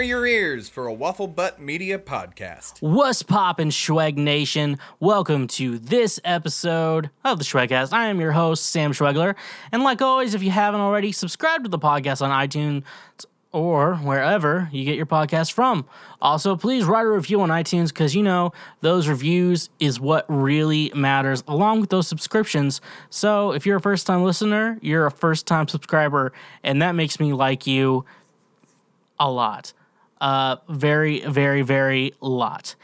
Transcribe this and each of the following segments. News for a Waffle Butt Media podcast. What's poppin', Schweg Nation? Welcome to this episode of the Schwegcast. I am your host, Sam Schwegler. And like always, if you haven't already, subscribe to the podcast on iTunes or wherever you get your podcast from. Also, please write a review on iTunes because you know those reviews is what really matters, along with those subscriptions. So, if you're a first time listener, you're a first time subscriber, and that makes me like you a lot. Uh, very, very, very lot.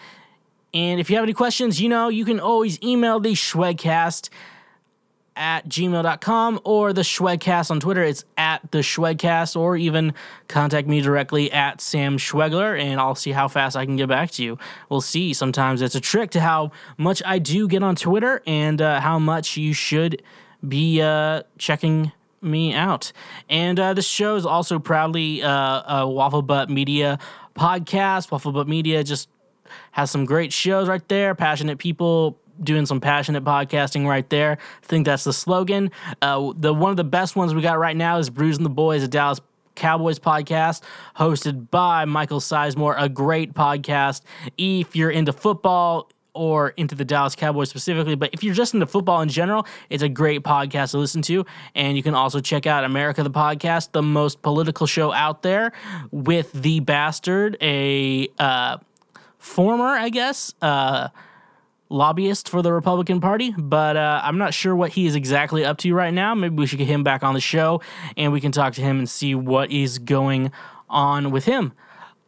And if you have any questions, you know, you can always email the Schwegcast at gmail.com or the Schwegcast on Twitter. It's at the Schwegcast or even contact me directly at Sam Schwegler and I'll see how fast I can get back to you. We'll see. Sometimes it's a trick to how much I do get on Twitter and uh, how much you should be uh, checking me out. And uh, this show is also proudly uh, a Waffle Butt Media podcast. Waffle Butt Media just has some great shows right there. Passionate people doing some passionate podcasting right there. I think that's the slogan. Uh, the one of the best ones we got right now is Bruising the Boys, a Dallas Cowboys podcast hosted by Michael Sizemore, a great podcast. If you're into football, or into the Dallas Cowboys specifically, but if you're just into football in general, it's a great podcast to listen to. And you can also check out America the Podcast, the most political show out there, with The Bastard, a uh, former, I guess, uh, lobbyist for the Republican Party, but uh, I'm not sure what he is exactly up to right now. Maybe we should get him back on the show and we can talk to him and see what is going on with him.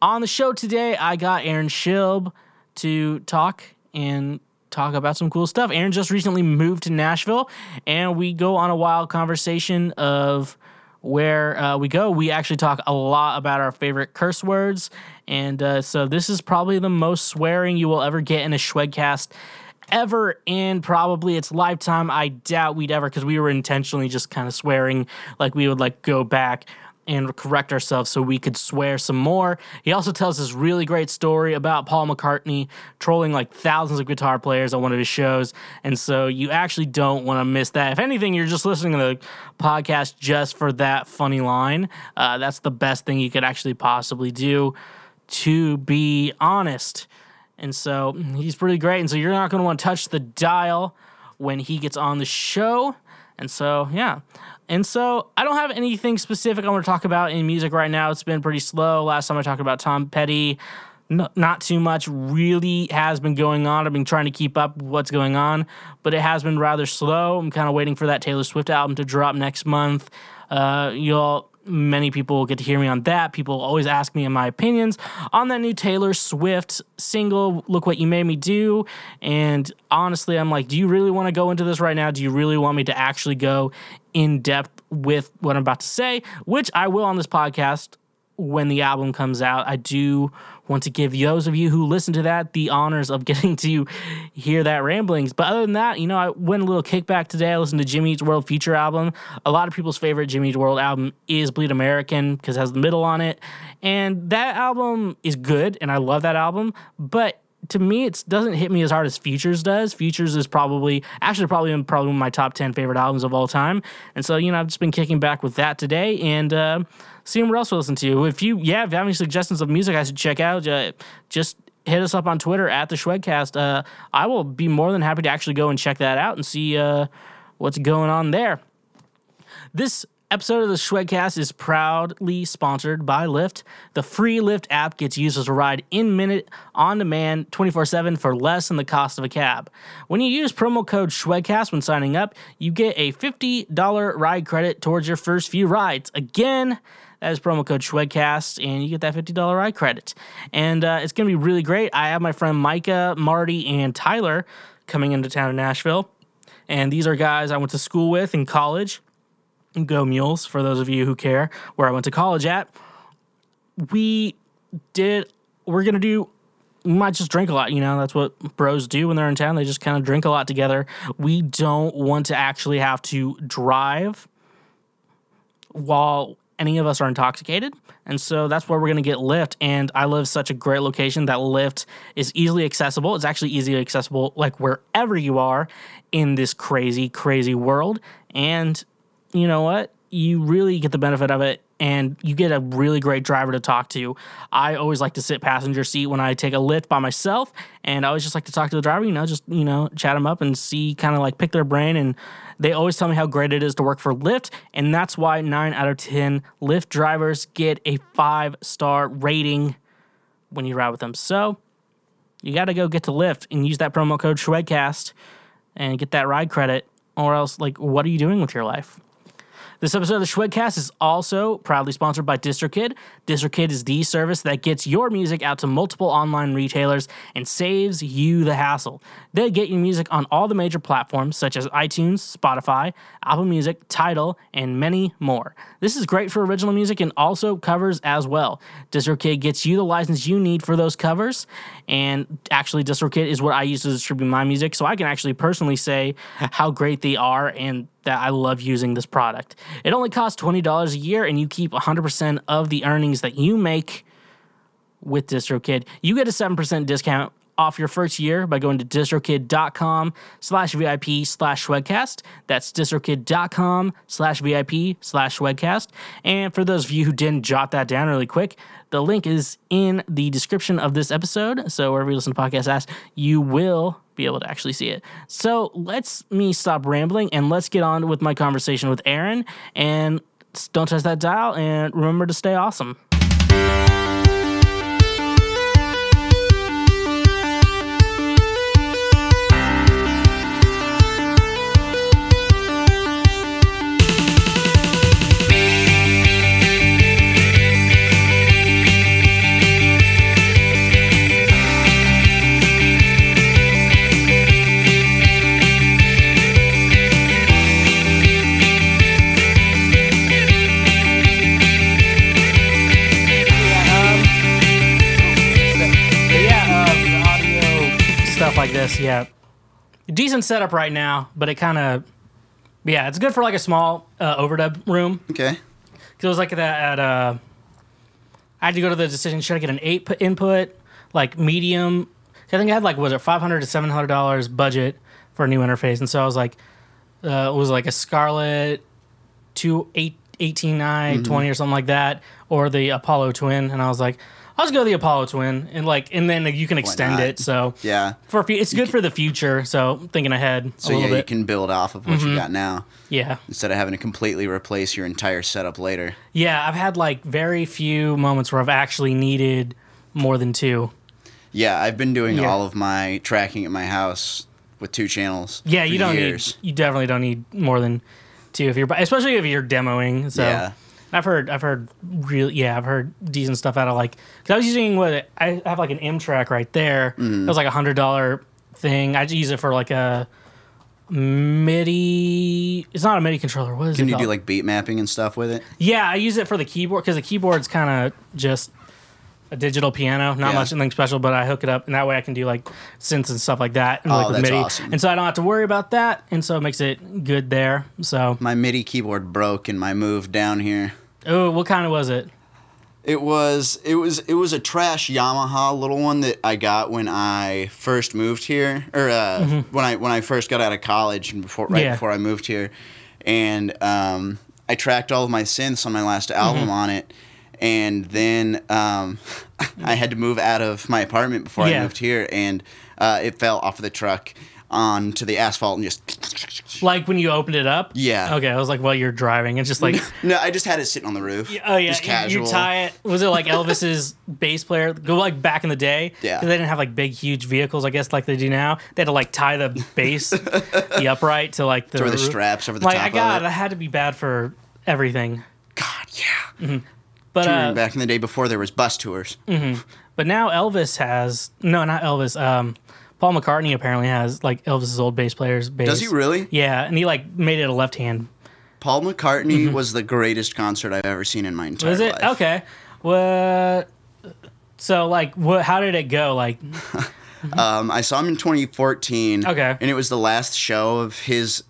On the show today, I got Aaron Shilb to talk and talk about some cool stuff. Aaron just recently moved to Nashville, and we go on a wild conversation of where uh, we go. We actually talk a lot about our favorite curse words, and uh, so this is probably the most swearing you will ever get in a Schwedcast ever in probably its lifetime. I doubt we'd ever because we were intentionally just kind of swearing like we would like go back and correct ourselves so we could swear some more. He also tells this really great story about Paul McCartney trolling like thousands of guitar players on one of his shows. And so you actually don't want to miss that. If anything, you're just listening to the podcast just for that funny line. Uh, that's the best thing you could actually possibly do, to be honest. And so mm, he's pretty great. And so you're not going to want to touch the dial when he gets on the show. And so, yeah. And so, I don't have anything specific I want to talk about in music right now. It's been pretty slow. Last time I talked about Tom Petty, no, not too much really has been going on. I've been trying to keep up with what's going on, but it has been rather slow. I'm kind of waiting for that Taylor Swift album to drop next month. Uh, you'll many people will get to hear me on that. People always ask me my opinions on that new Taylor Swift single, Look What You Made Me Do. And honestly, I'm like, do you really want to go into this right now? Do you really want me to actually go in depth with what I'm about to say? Which I will on this podcast when the album comes out. I do want to give those of you who listen to that the honors of getting to hear that ramblings. But other than that, you know, I went a little kickback today. I listened to Jimmy Eat World Future album. A lot of people's favorite Jimmy Eat World album is Bleed American because it has the middle on it. And that album is good and I love that album, but to me, it doesn't hit me as hard as Futures does. Futures is probably actually probably been probably one of my top ten favorite albums of all time, and so you know I've just been kicking back with that today and uh, seeing what else we listen to. If you yeah, if you have any suggestions of music I should check out, uh, just hit us up on Twitter at the Schwedcast. Uh, I will be more than happy to actually go and check that out and see uh, what's going on there. This episode of the Schwedcast is proudly sponsored by Lyft. The free Lyft app gets users to ride in minute, on demand, 24 7 for less than the cost of a cab. When you use promo code Schwedcast when signing up, you get a $50 ride credit towards your first few rides. Again, that is promo code Schwedcast, and you get that $50 ride credit. And uh, it's going to be really great. I have my friend Micah, Marty, and Tyler coming into town in Nashville. And these are guys I went to school with in college. Go Mules, for those of you who care, where I went to college at. We did, we're going to do, we might just drink a lot. You know, that's what bros do when they're in town. They just kind of drink a lot together. We don't want to actually have to drive while any of us are intoxicated. And so that's where we're going to get Lyft. And I live such a great location that Lyft is easily accessible. It's actually easily accessible, like wherever you are in this crazy, crazy world. And you know what? You really get the benefit of it and you get a really great driver to talk to. I always like to sit passenger seat when I take a lift by myself, and I always just like to talk to the driver, you know, just, you know, chat them up and see kind of like pick their brain. And they always tell me how great it is to work for Lyft, and that's why nine out of 10 Lyft drivers get a five star rating when you ride with them. So you got to go get to Lyft and use that promo code SHWEDCAST and get that ride credit, or else, like, what are you doing with your life? This episode of the Schwedcast is also proudly sponsored by DistroKid. DistroKid is the service that gets your music out to multiple online retailers and saves you the hassle. They get your music on all the major platforms such as iTunes, Spotify, Apple Music, Tidal, and many more. This is great for original music and also covers as well. DistroKid gets you the license you need for those covers, and actually, DistroKid is what I use to distribute my music, so I can actually personally say how great they are and that I love using this product. It only costs $20 a year, and you keep 100% of the earnings that you make with DistroKid. You get a 7% discount off your first year by going to distrokid.com slash VIP slash Schwedcast. That's distrokid.com slash VIP slash Schwedcast. And for those of you who didn't jot that down really quick, the link is in the description of this episode. So wherever you listen to podcasts at, you will be able to actually see it. So let's me stop rambling and let's get on with my conversation with Aaron. And s- don't touch that dial and remember to stay awesome. Stuff like this, yeah. Decent setup right now, but it kind of, yeah, it's good for like a small uh, overdub room. Okay. Cause it was like that at uh, I had to go to the decision. Should I get an eight put input, like medium? 'Cause I think I had like was it five hundred to seven hundred dollars budget for a new interface, and so I was like, uh, it was like a Scarlet two eight. 18 i Mm-hmm. 20 or something like that or the apollo twin and i was like i'll just go the apollo twin and like and then you can extend not? it so Yeah. for a few, it's good for the future so thinking ahead a So yeah, little you bit Mm-hmm. can build off of what you got now yeah instead of having to completely replace your entire setup later. Yeah, I've had like very few moments where I've actually needed more than two. Yeah, I've been doing Yeah. all of my tracking at my house with two channels. Yeah, for you don't years. need. You definitely don't need more than two if you're, especially if you're demoing. So Yeah. I've heard, I've heard real, yeah, I've heard decent stuff out of like. Cause I was using what I have like an M track right there. Mm-hmm. It was like a hundred dollar thing. I just use it for like a MIDI. It's not a MIDI controller. What is Can it? you do called? like beat mapping and stuff with it? Yeah, I use it for the keyboard because the keyboard's kind of just a digital piano, not Yeah. much anything special. But I hook it up, and that way I can do like synths and stuff like that, and Oh, like with that's MIDI, awesome. and so I don't have to worry about that, and so it makes it good there. So, My MIDI keyboard broke in my move down here. oh, what kind of was it? It was it was it was a trash Yamaha little one that I got when I first moved here, or uh, when I when I first got out of college and before right Mm-hmm. Yeah. before I moved here, and um, I tracked all of my synths on my last Mm-hmm. album on it, and then um, I had to move out of my apartment before Yeah. I moved here, and uh, it fell off of the truck onto the asphalt and just Like when you opened it up? Yeah. Okay, I was like, well, you're driving. It's just like, no, I just had it sitting on the roof. oh yeah, just you- you tie it. Was it like Elvis's bass player? Go like back in the day. Yeah. 'cause They didn't have like big, huge vehicles, I guess, like they do now. They had to like tie the bass, the upright to like the Throw the roof. straps over the like top I got, of that it. had to be bad for everything. God, yeah. But touring uh, back in the day before there was bus tours. but now Elvis has no, not Elvis. Um, Paul McCartney apparently has like Elvis's old bass player's bass. Does he really? Yeah, and he like made it a left hand. Paul McCartney was the greatest concert I've ever seen in my entire Is Mm-hmm. it life. okay? What? So like, what? How did it go? Like, Um, I saw him in 2014. Okay. And it was the last show of his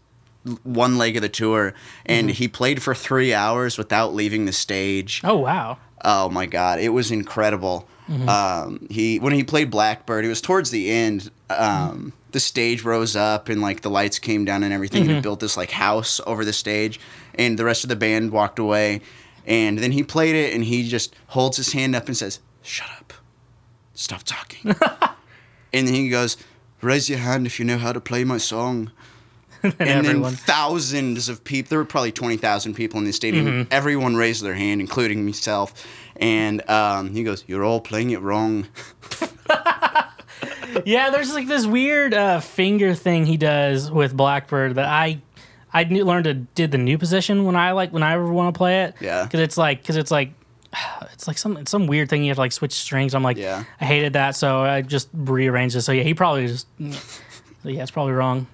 l- one leg of the tour, and Mm-hmm. he played for three hours without leaving the stage. oh wow, Oh my God, it was incredible. Um, he when he played Blackbird, it was towards the end. Um, The stage rose up and like the lights came down and everything, and it built this like house over the stage. And the rest of the band walked away, And then he played it and he just holds his hand up and says, Shut up. Stop talking. and then he goes, Raise your hand if you know how to play my song. and everyone- then thousands of people, there were probably 20,000 people in the stadium. Mm-hmm. Everyone raised their hand, including myself. And um, he goes, You're all playing it wrong. Yeah, there's like this weird uh, finger thing he does with Blackbird that I I knew, learned to did the new position when I like when I want to play it. Yeah. because it's like because it's like it's like some it's some weird thing you have to like switch strings. I'm like, Yeah. I hated that, so I just rearranged it. So yeah, he probably just so, yeah, it's probably wrong.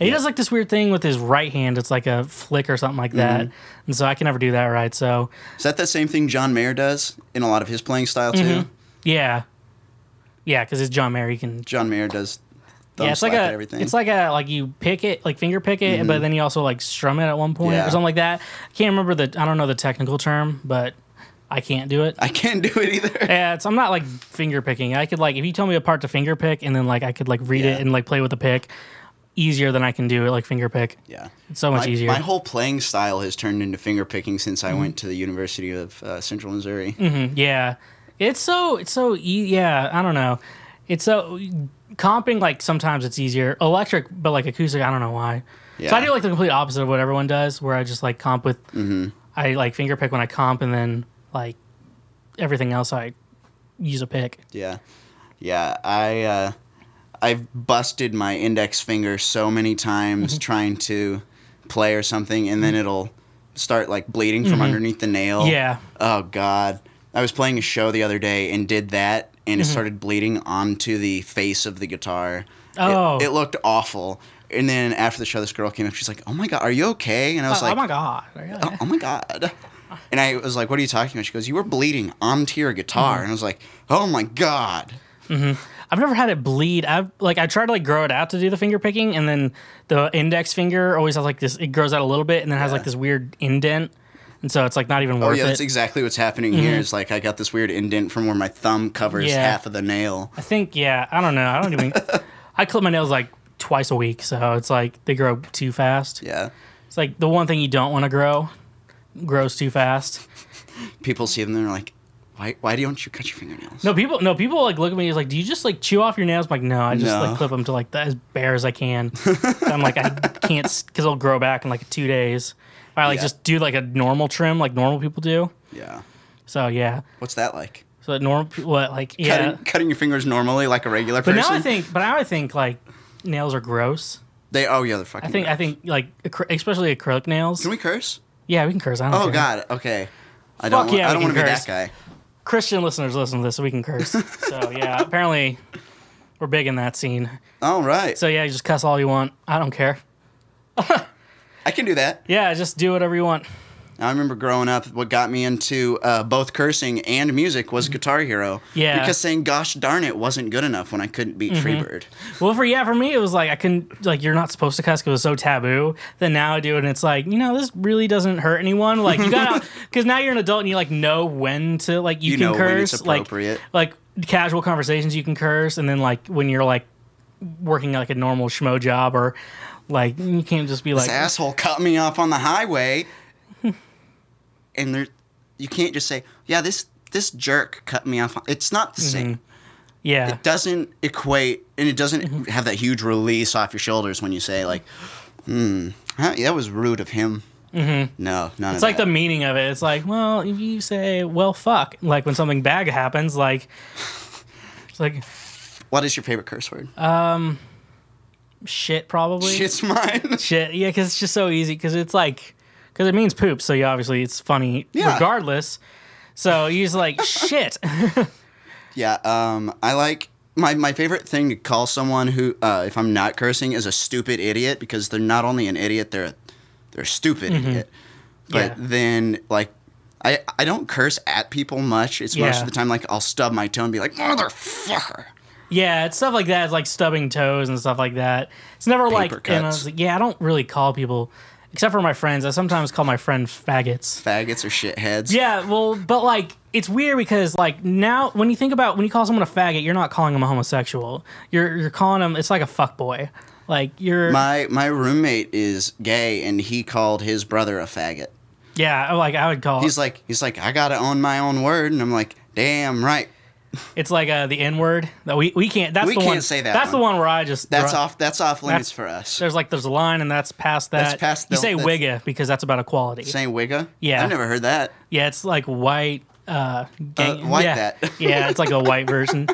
And he does like this weird thing with his right hand. It's like a flick or something like that. Mm-hmm. And so I can never do that right. So Is that the same thing John Mayer does in a lot of his playing style, too? Mm-hmm. yeah, yeah, because it's John Mayer. He can John Mayer does yeah, thumb yeah, it's like at a, everything. Mm-hmm. it's like a like you pick it, like finger pick it, but then you also like strum it at one point Yeah. or something like that. I can't remember the I don't know the technical term, but I can't do it. I can't do it either. yeah, it's, I'm not like finger picking. I could like if you tell me a part to finger pick, and then like I could like read Yeah. it and like play with the pick easier than I can do it like finger pick. Yeah. It's so much my, easier. Mm-hmm. My whole playing style has turned into finger picking since I went to the University of uh, Central Missouri. Yeah, it's so it's so e- yeah. I don't know. It's so comping like sometimes it's easier electric, but like acoustic. I don't know why. So I Yeah. do like the complete opposite of what everyone does, where I just like comp with Mm-hmm. I like finger pick when I comp, and then like everything else I use a pick. Yeah, yeah. I uh, I've busted my index finger so many times trying to play or something, and then it'll start like bleeding from underneath the nail. Mm-hmm. Yeah. Oh God. I was playing a show the other day and did that, and it Mm-hmm. started bleeding onto the face of the guitar. It- Oh. It, looked awful. And then after the show, this girl came up. She's like, "Oh my God, are you okay?" And I was oh like, my god! Really? oh, oh my god and i was like what are you talking about she goes you were bleeding onto your guitar and i was like oh my god I've never had it bleed. I've like I tried to like grow it out to do the finger picking, and then the index finger always has like this. It grows out a little bit, and then has like this weird indent, and so it's like not even oh worth it. yeah Mm-hmm. that's exactly what's happening here is like i got this weird indent from where my thumb covers Yeah. half of the nail I think yeah. I don't know. I don't even. I clip my nails like twice a week, so it's like they grow too fast. yeah It's like the one thing you don't want to grow grows too fast. people see them and they're like why, why don't you cut your fingernails No people. No people like look at me. It's like, do you just like chew off your nails? I'm like, no, I just No. like clip them to like the, as bare as I can. I'm like, I can't because it'll grow back in like two days. I like Yeah. just do like a normal trim, like normal people do. yeah So yeah. what's that like So that normal pe- what like yeah. cutting, cutting your fingers normally like a regular but person now I think. But now I think like nails are gross. they oh yeah they're fucking I think I think like acry- especially acrylic nails. can we curse Yeah, we can curse. I don't oh care. god okay I don't, want, yeah, I we don't want to can be curse. that guy. Christian listeners listen to this, so we can curse. so yeah, apparently we're big in that scene. All right. So yeah, you just cuss all you want. I don't care. I can do that. Yeah, just do whatever you want. I remember growing up, what got me into uh, both cursing and music was Guitar Hero. Mm-hmm. Yeah. Mm-hmm. Because saying "Gosh darn it" wasn't good enough when I couldn't beat Freebird. Well, for yeah, for me it was like I couldn't like you're not supposed to cuss 'cause it was so taboo. Then now I do, and it's like you know this really doesn't hurt anyone. Like you got because now you're an adult and you like know when to like you, You can know curse when it's like- appropriate. Like, casual conversations you can curse, and then like when you're like working like a normal schmo job or like you can't just be like This asshole cut me off on the highway, and there, you can't just say, "Yeah, this this jerk cut me off." on-" It's not the same. Mm-hmm. yeah Doesn't equate, and it doesn't Mm-hmm. have that huge release off your shoulders when you say like, "Hmm, huh, that was rude of him." Mm-hmm. No, none It's like the meaning of it. It's like, well, if you say, well, fuck, like when something bad happens, like, it's like What is your favorite curse word? Uh, shit, probably. Shit. Shit's mine. Yeah, because it's just so easy. Because it's like, because it means poop. So you obviously, it's funny Yeah. regardless. So you just like, shit. Yeah, um, I like my, my favorite thing to call someone who, uh, if I'm not cursing, is a stupid idiot because they're not only an idiot, they're they're a stupid idiot. But Mm-hmm. Yeah. then like. I, I don't curse at people much. It's most Yeah. of the time like I'll stub my toe and be like motherfucker. yeah, it's stuff like that. It's like stubbing toes and stuff like that. It's never like, and I cuts. was like, yeah, I don't really call people, except for my friends. I sometimes call my friend faggots. Faggots or shitheads. Yeah, well, but like it's weird because like now when you think about when you call someone a faggot, you're not calling them a homosexual. You're you're calling them it's like a fuck boy. Like you're My my roommate is gay and he called his brother a faggot. Yeah, like I would call He's it. like, he's like, I gotta own my own word, and I'm like, damn right. It's like uh, the N word that we, we can't. That's We the can't one, say that That's one. the one where I just That's throw- off. That's off limits That's- for us. There's like there's a line and that's past that. That's past You the- say that's- wigga because that's about equality. Saying wigga. Yeah. I've never heard that. Yeah, it's like white. Uh, gang, Uh, white yeah. that. yeah, it's like a white version.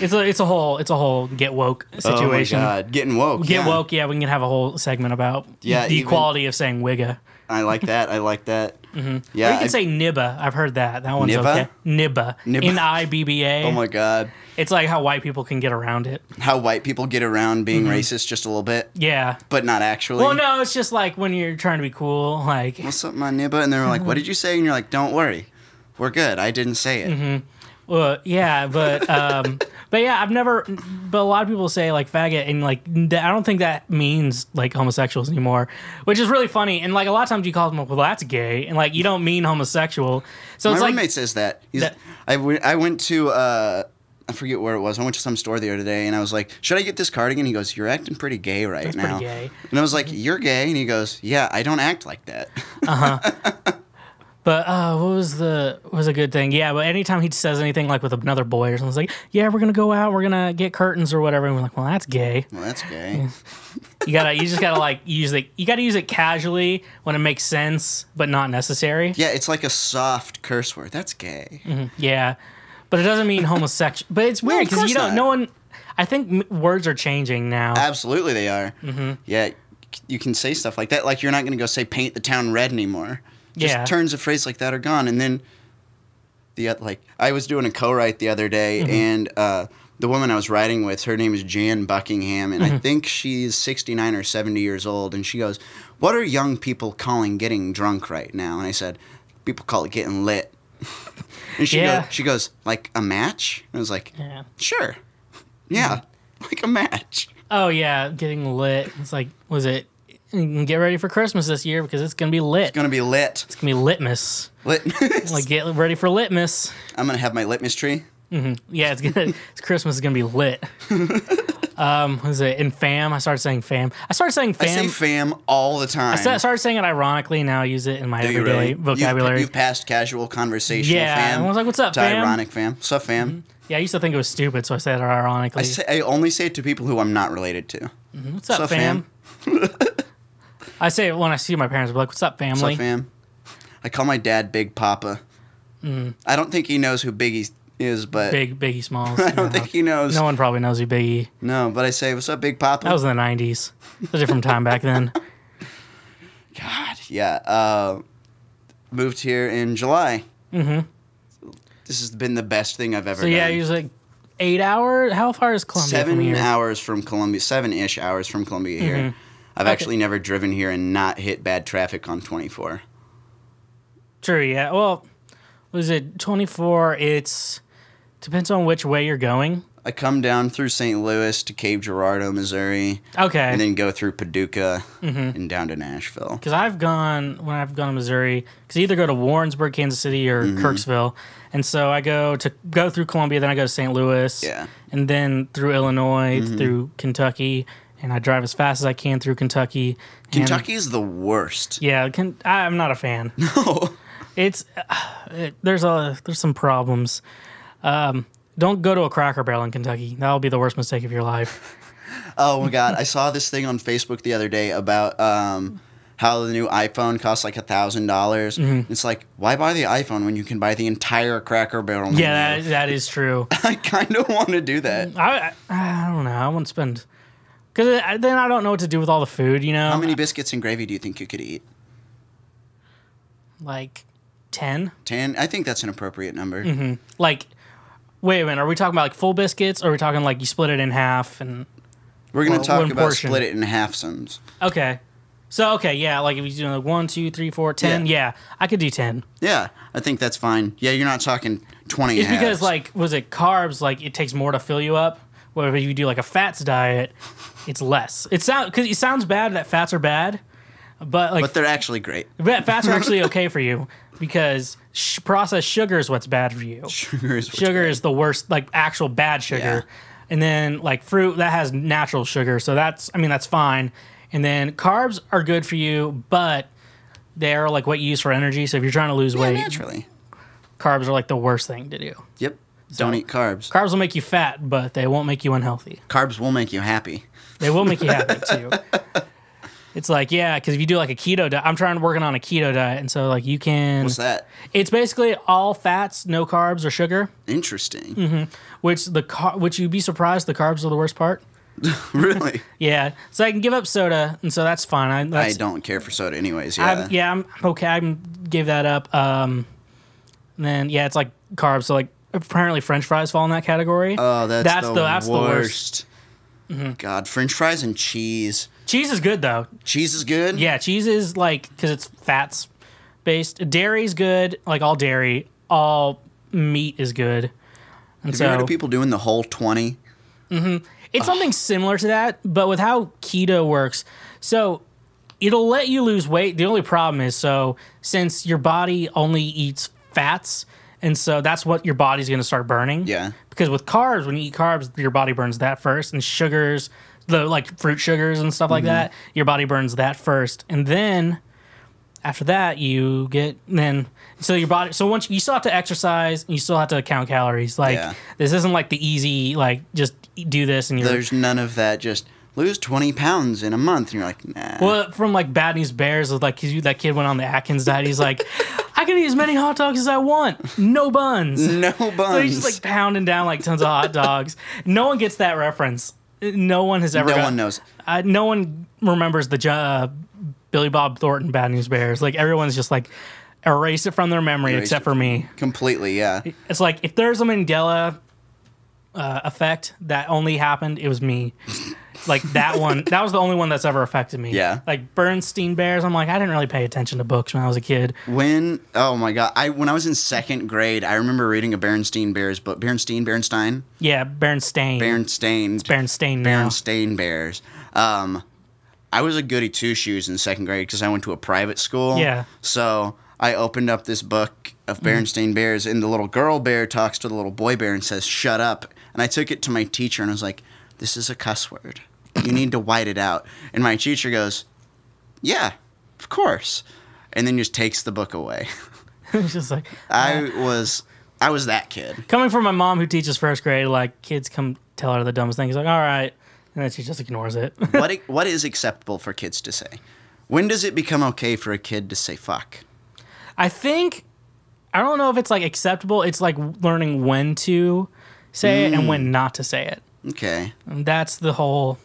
It's a it's a whole it's a whole get woke situation. Oh my god, getting woke. Get yeah. woke. Yeah, we can have a whole segment about Yeah, the even- equality of saying wigga. I like that. I like that. Mm-hmm. Or Yeah. you can I- say nibba. I've heard that. That one's Nibba? okay. Nibba. Nibba. N i b b a. oh my god, It's like how white people can get around it. how white people get around being racist just a little bit, Yeah. but not actually. Mm-hmm. Well, no, it's just like when you're trying to be cool. Like What's up, my nibba? And they're Mm-hmm. like, "What did you say?" And you're like, "Don't worry, we're good. I didn't say Mm-hmm. it." Well, yeah, but um, but yeah, I've never. But a lot of people say like faggot, and like th- I don't think that means like homosexuals anymore, which is really funny. And like a lot of times you call them, well, that's gay, and like you don't mean homosexual. So My it's like, roommate says that. He's, That- I, w- I went to uh, I forget where it was. I went to some store the other day, and I was like, "Should I get this cardigan?" He goes, "You're acting pretty gay right That's pretty now." gay. Mm-hmm. And I was like, "You're gay," and he goes, "Yeah, I don't act like that." but uh, what was the what was a good thing? Yeah, but anytime he says anything like with another boy or something, it's like, yeah, we're gonna go out, we're gonna get curtains or whatever, and we're like, well, that's gay. well, that's gay. You gotta, you just gotta like use it. You gotta use it casually when it makes sense, but not necessary. Yeah, it's like a soft curse word. That's gay. Yeah, but it doesn't mean homosexual. But it's weird of because you course don't. not. No one. I think m- words are changing now. Absolutely, they are. Mm-hmm. Yeah, you can say stuff like that. Like you're not going to go say "paint the town red" anymore. Just Yeah. turns of phrase like that are gone. And then the oth- like, I was doing a co-write the other day, Mm-hmm. and uh, the woman I was writing with, her name is Jan Buckingham, and Mm-hmm. I think she's 69 or 70 years old. And she goes, "What are young people calling getting drunk right now?" And I said, "People call it getting lit." and she Yeah. goes, she goes, "Like a match?" And I was like, Yeah. Mm-hmm. "Sure, yeah, like a match." Oh yeah, getting lit. It's like, was it? Get ready for Christmas this year because it's gonna be lit. It's gonna, gonna be lit. be litmus. Litmus. Like get ready for litmus. I'm gonna have my litmus tree. Yeah, it's gonna. it's Christmas is gonna be lit. um, was it in fam? I started saying fam. I started saying I say fam. fam all the time. I started saying it ironically. Now I use it in my Do you everyday really? vocabulary. You've, you've passed casual conversational Yeah, fam. I was like, "What's up, to fam?" Mm-hmm. ironic fam. What's up, fam? yeah, I used to think it was stupid, so I said it ironically. I, say, I only say it to people who I'm not related to. What's up, What's up, fam? I say it when I see my parents. I'm like, "What's up, What's family?" up, fam? I call my dad Big Papa. I don't think he knows who Biggie is, but Mm. Big Biggie Smalls. I don't think he knows. no No, one probably knows who Biggie. but I say, what's up, Big Papa? That was in the '90s. It was a different time back then. God, yeah. Uh, moved here in July. Mm-hmm. This has been the best thing I've So ever done. yeah, he was like eight hours. How far is Columbia seven from here? Mm-hmm. hours from Columbia, seven ish hours from Columbia here. I've actually never driven here and not hit bad traffic on 24. True. Yeah. Well, was it 24? It's depends on which way you're going. I come down through St. Louis to Cape Girardeau, Missouri, Okay. Mm-hmm. and then go through Paducah and down to Nashville. because I've gone when I've gone to Missouri because I either go to Warrensburg, Kansas City, or Mm-hmm. Kirksville, and so I go to go through Columbia, then I go to St. Louis, Yeah. Mm-hmm. and then through Illinois, through Kentucky, and I drive as fast as I can through Kentucky. and- Kentucky's the worst. yeah, Ken, I, I'm not a fan. No. It's uh, it, there's a there's some problems. Um, don't go to a Cracker Barrel in Kentucky. That'll be the worst mistake of your life. Oh my god, I saw this thing on Facebook the other day about um, how the new iPhone costs like a thousand dollars. Mm-hmm. It's like, why buy the iPhone when you can buy the entire Cracker Barrel? Menu? Yeah, that, that is Mm-hmm. true. I kind of want to do that. I, I I don't know. I wouldn't spend because then I don't know what to do with all the food. You know, How many biscuits and gravy do you think you could eat? like ten. 10 i think that's an appropriate number Mm-hmm. Like, wait a minute. Are we talking about like full biscuits? Or are we talking like you split it in half and we're going Or to talk one about portion. split it in half sums okay? So okay, yeah. Like if you do like one, two, three, four, ten. Yeah, I could do ten. yeah i think that's fine yeah you're not talking 20 It's because halves. like was it carbs? Like it takes more to fill you up. Whereas if you do like a fats diet, it's less. It sound because it sounds bad that fats are bad, but like but they're actually great But fats are actually okay for you because sh- processed sugar is what's bad for you. sugar is what's Sugar great. is the worst, like actual bad sugar. Yeah. And then like fruit that has natural sugar, so that's I mean that's fine. And then carbs are good for you, but They are like what you use for energy. So if you're trying to lose Yeah, weight, naturally. carbs are like the worst thing to do. Yep. Don't eat carbs. Carbs will make you fat, but they won't make you unhealthy. Carbs will make you happy. They will make you happy too. It's like yeah, because if you do like a keto diet, I'm trying working on a keto diet, and so like you can. What's that? It's basically all fats, no carbs or sugar. Interesting. Mm-hmm. Which the car- which you'd be surprised the carbs are the worst part. really? Yeah, so I can give up soda, and so that's fine. I, I that's, don't care for soda, anyways. Yeah. I'm, yeah, I'm I'm okay. I can give that up. Um, and then yeah, it's like carbs. So like apparently French fries fall in that category. Oh, that's, That's the, the- that's the Mm-hmm. worst. God, French fries and cheese. cheese is good though. Cheese is good. Yeah, cheese is like because it's fats based. Dairy's good. Like all dairy, all meat is good. And Have so you heard of people doing the whole twenty? It's something similar to that, but with how keto works. So it'll let you lose weight. The only problem is so since your body only eats fats, and so that's what your body's going to start burning. Yeah. Because with carbs, when you eat carbs, your body burns that first, and sugars, the like fruit sugars and stuff Mm-hmm. like that, your body burns that first, and then after that you get then so your body so once you still have to exercise and you still have to count calories like Yeah. this isn't like the easy like just do this and you're There's none of that. Just lose twenty pounds in a month, and you're like, nah. well from like bad news bears was like 'cause you that kid went on the atkins diet he's like i can eat as many hot dogs as i want no buns No buns. so he's just like pounding down like tons of hot dogs no one gets that reference no one has ever no got- one knows. I, no one remembers the Jo- uh, Billy Bob Thornton Bad News Bears. Like everyone's just like erase it from their memory, Erase except it for me. Completely, yeah. It's like if there's a Mandela uh, effect that only happened, it was me. Like that one, that was the only one that's ever affected me. Yeah. Like Bernstein Bears, I'm like I didn't really pay attention to books when I was a kid. When oh my god, I when I was in second grade, I remember reading a Berenstain Bears book. Berenstain, Berenstain, Yeah, Bernstein. Berenstain, Bernstein now. Berenstain Bears. Um, I was a goody two shoes in second grade because I went to a private school. Yeah. So I opened up this book of Berenstain Bears, and the little girl bear talks to the little boy bear and says, "Shut up." And I took it to my teacher and I was like, "This is a cuss word. You need to white it out." And my teacher goes, "Yeah, of course," and then just takes the book away. It's just like I was, I was that kid. coming from my mom who teaches first grade. Like kids come tell her the dumbest thing. He's like, all right, and then she just ignores it. what i- what is acceptable for kids to say? When does it become okay for a kid to say fuck? I think I don't know if it's like acceptable. It's like learning when to say it and when not to say it. Okay. And that's the whole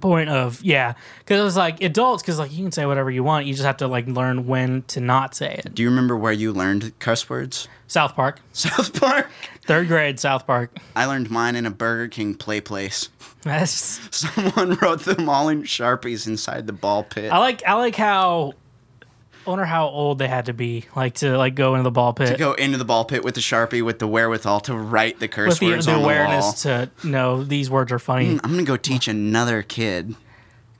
point of yeah. Because it's like adults, because like you can say whatever you want. You just have to like learn when to not say it. Do you remember where you learned cuss words? South Park, South Park. third grade, South Park. I learned mine in a Burger King play place. That's Someone wrote them all in sharpies inside the ball pit. I like I like how. I wonder how old they had to be like to like go into the ball pit Go into the ball pit with the sharpie with the wherewithal to write the curse with the, words the on the wall. awareness to know these words are funny I'm gonna go teach another kid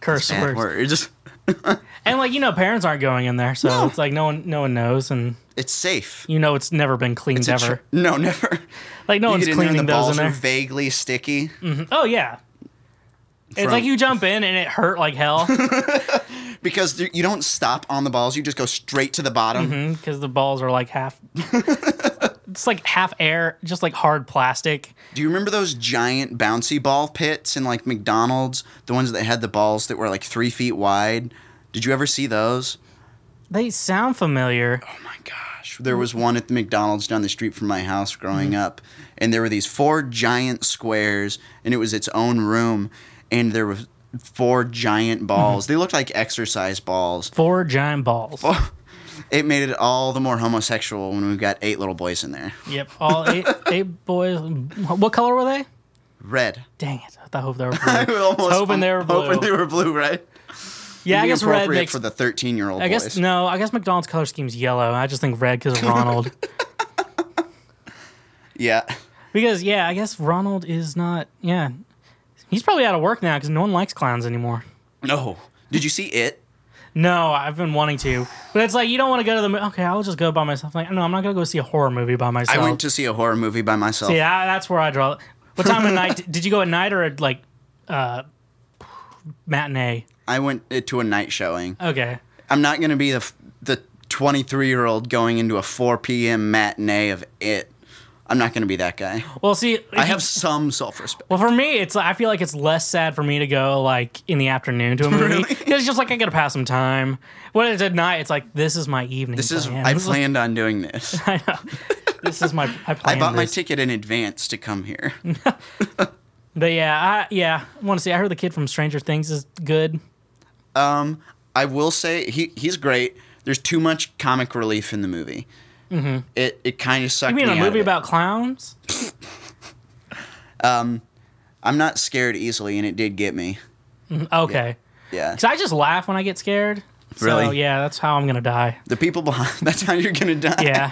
curse bad words. words. And like you know, parents aren't going in there, so No. it's like no one, no one knows, and It's safe. you know it's never been cleaned It's a ever. tr- no, never. like no You one's get in there and cleaning the those in balls are there. vaguely sticky. Oh yeah, it's From- like you jump in and it hurt like hell because th- you don't stop on the balls you just go straight to the bottom because the balls are like half. it's like half air, just like hard plastic. do you remember those giant bouncy ball pits in like mcdonald's the ones that had the balls that were like three feet wide did you ever see those They sound familiar. oh my gosh Mm-hmm. there was one at the mcdonald's down the street from my house growing up and there were these four giant squares and it was its own room and there were four giant balls they looked like exercise balls Four giant balls. it made it all the more homosexual when we got eight little boys in there Yep, all eight, eight boys. What color were they? red Dang it! I hope they were blue. I was almost hoping they were blue. hoping they were blue, right? yeah, I Be guess red appropriate makes for the thirteen-year-old. I guess no. I guess McDonald's color scheme's yellow. I just think red because of Ronald. Yeah, because yeah, I guess Ronald is not. Yeah, he's probably out of work now because no one likes clowns anymore. no. Did you see it? No, I've been wanting to, but it's like you don't want to go to the. mo- Okay, I'll just go by myself. Like no, I'm not gonna go see a horror movie by myself. I went to see a horror movie by myself. yeah, I- that's where I draw. What time of night did you go at night or at like uh, matinee? I went uh, to a night showing. Okay, I'm not going to be the f- the 23 year old going into a 4 p.m. matinee of it. I'm not going to be that guy. Well, see, I have some self respect. Well, for me, it's I feel like it's less sad for me to go like in the afternoon to a movie. Really? It's just like I gotta pass some time. When it's at night, it's like this is my evening. This is plan. I This is- planned on doing this. I know. This is my I, I planned bought my this. ticket in advance to come here. But yeah, I yeah, I want to see. I heard the kid from Stranger Things is good. Um, I will say he he's great. There's too much comic relief in the movie. Mm-hmm. It it kind of sucked. You mean me a out of movie it. about clowns? I'm not scared easily, and it did get me. Okay. Yeah, 'Cause I just laugh when I get scared. So, Really? yeah, that's how I'm gonna die. the people behind—that's how you're gonna die. Yeah.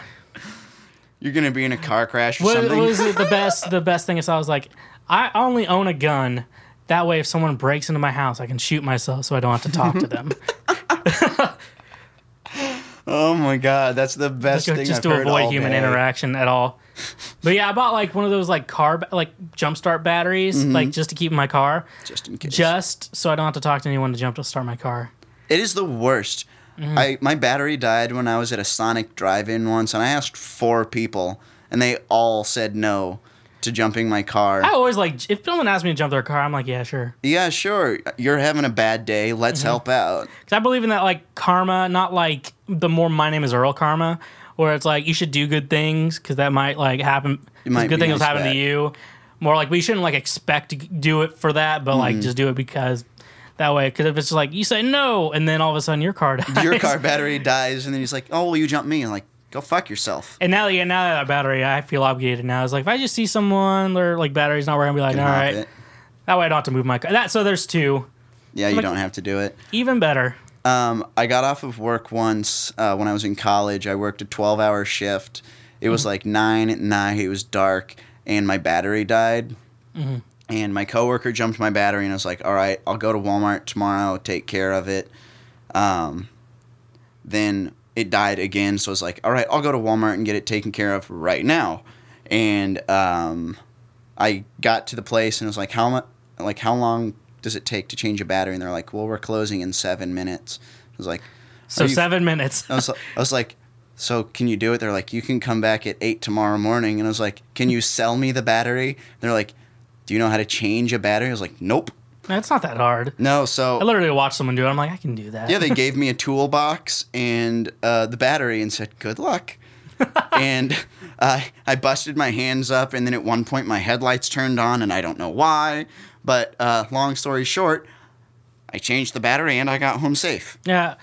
you're gonna be in a car crash or what, something. what was it, the best? The best thing is I was like, I only own a gun. That way, if someone breaks into my house, I can shoot myself, so I don't have to talk to them. Oh my god, that's the best Ju- thing. uh, just I've to heard avoid all human day. interaction at all. But yeah, I bought like one of those like car ba- like jump start batteries, Mm-hmm. like just to keep in my car, Just in case. just so I don't have to talk to anyone to jump to start my car. It is the worst. Mm-hmm. I my battery died when I was at a Sonic drive-in once, and I asked four people, and they all said no to jumping my car. I always like if someone asks me to jump their car, I'm like, yeah, sure, Yeah, sure. You're having a bad day. Let's Mm-hmm. help out. because I believe in that like karma, not like the more my name is Earl karma, where it's like you should do good things because that might like happen. 'cause might good be things will nice happen back. to you. More like we shouldn't like expect to g- do it for that, but Mm-hmm. like just do it because that way. Because if it's like you say no, and then all of a sudden your car dies. Your car battery dies, and then he's like, "Oh, will you jump me?" And like, go fuck yourself. And now, yeah, now that I battery, I feel obligated now. It's like if I just see someone, their like battery's not working, I'll be like, all Hop right, it. that way I don't have to move my car. That so there's two, Yeah, you Like- don't have to do it. even better. Um, I got off of work once uh, when I was in college. I worked a 12 hour shift. It was like nine at night. It was dark, and my battery died. And my coworker jumped my battery, and I was like, "All right, I'll go to Walmart tomorrow, take care of it." Um, then it died again, so I was like, "All right, I'll go to Walmart and get it taken care of right now." And um, I got to the place and was like, "How much? Like, how long does it take to change a battery?" And they're like, "Well, we're closing in seven minutes." I was like, So "Are you- Oh. seven minutes. I was, I was like, so can you do it? They're like, you can come back at eight tomorrow morning. And I was like, can you sell me the battery? they're like, do you know how to change a battery? I was like, nope. That's not that hard. No, I so literally watched someone do it. I'm like, I can do that. yeah, they gave me a toolbox and uh, the battery and said, good luck. and uh, I busted my hands up, and then at one point my headlights turned on, and I don't know why. But uh, long story short, I changed the battery and I got home safe. yeah.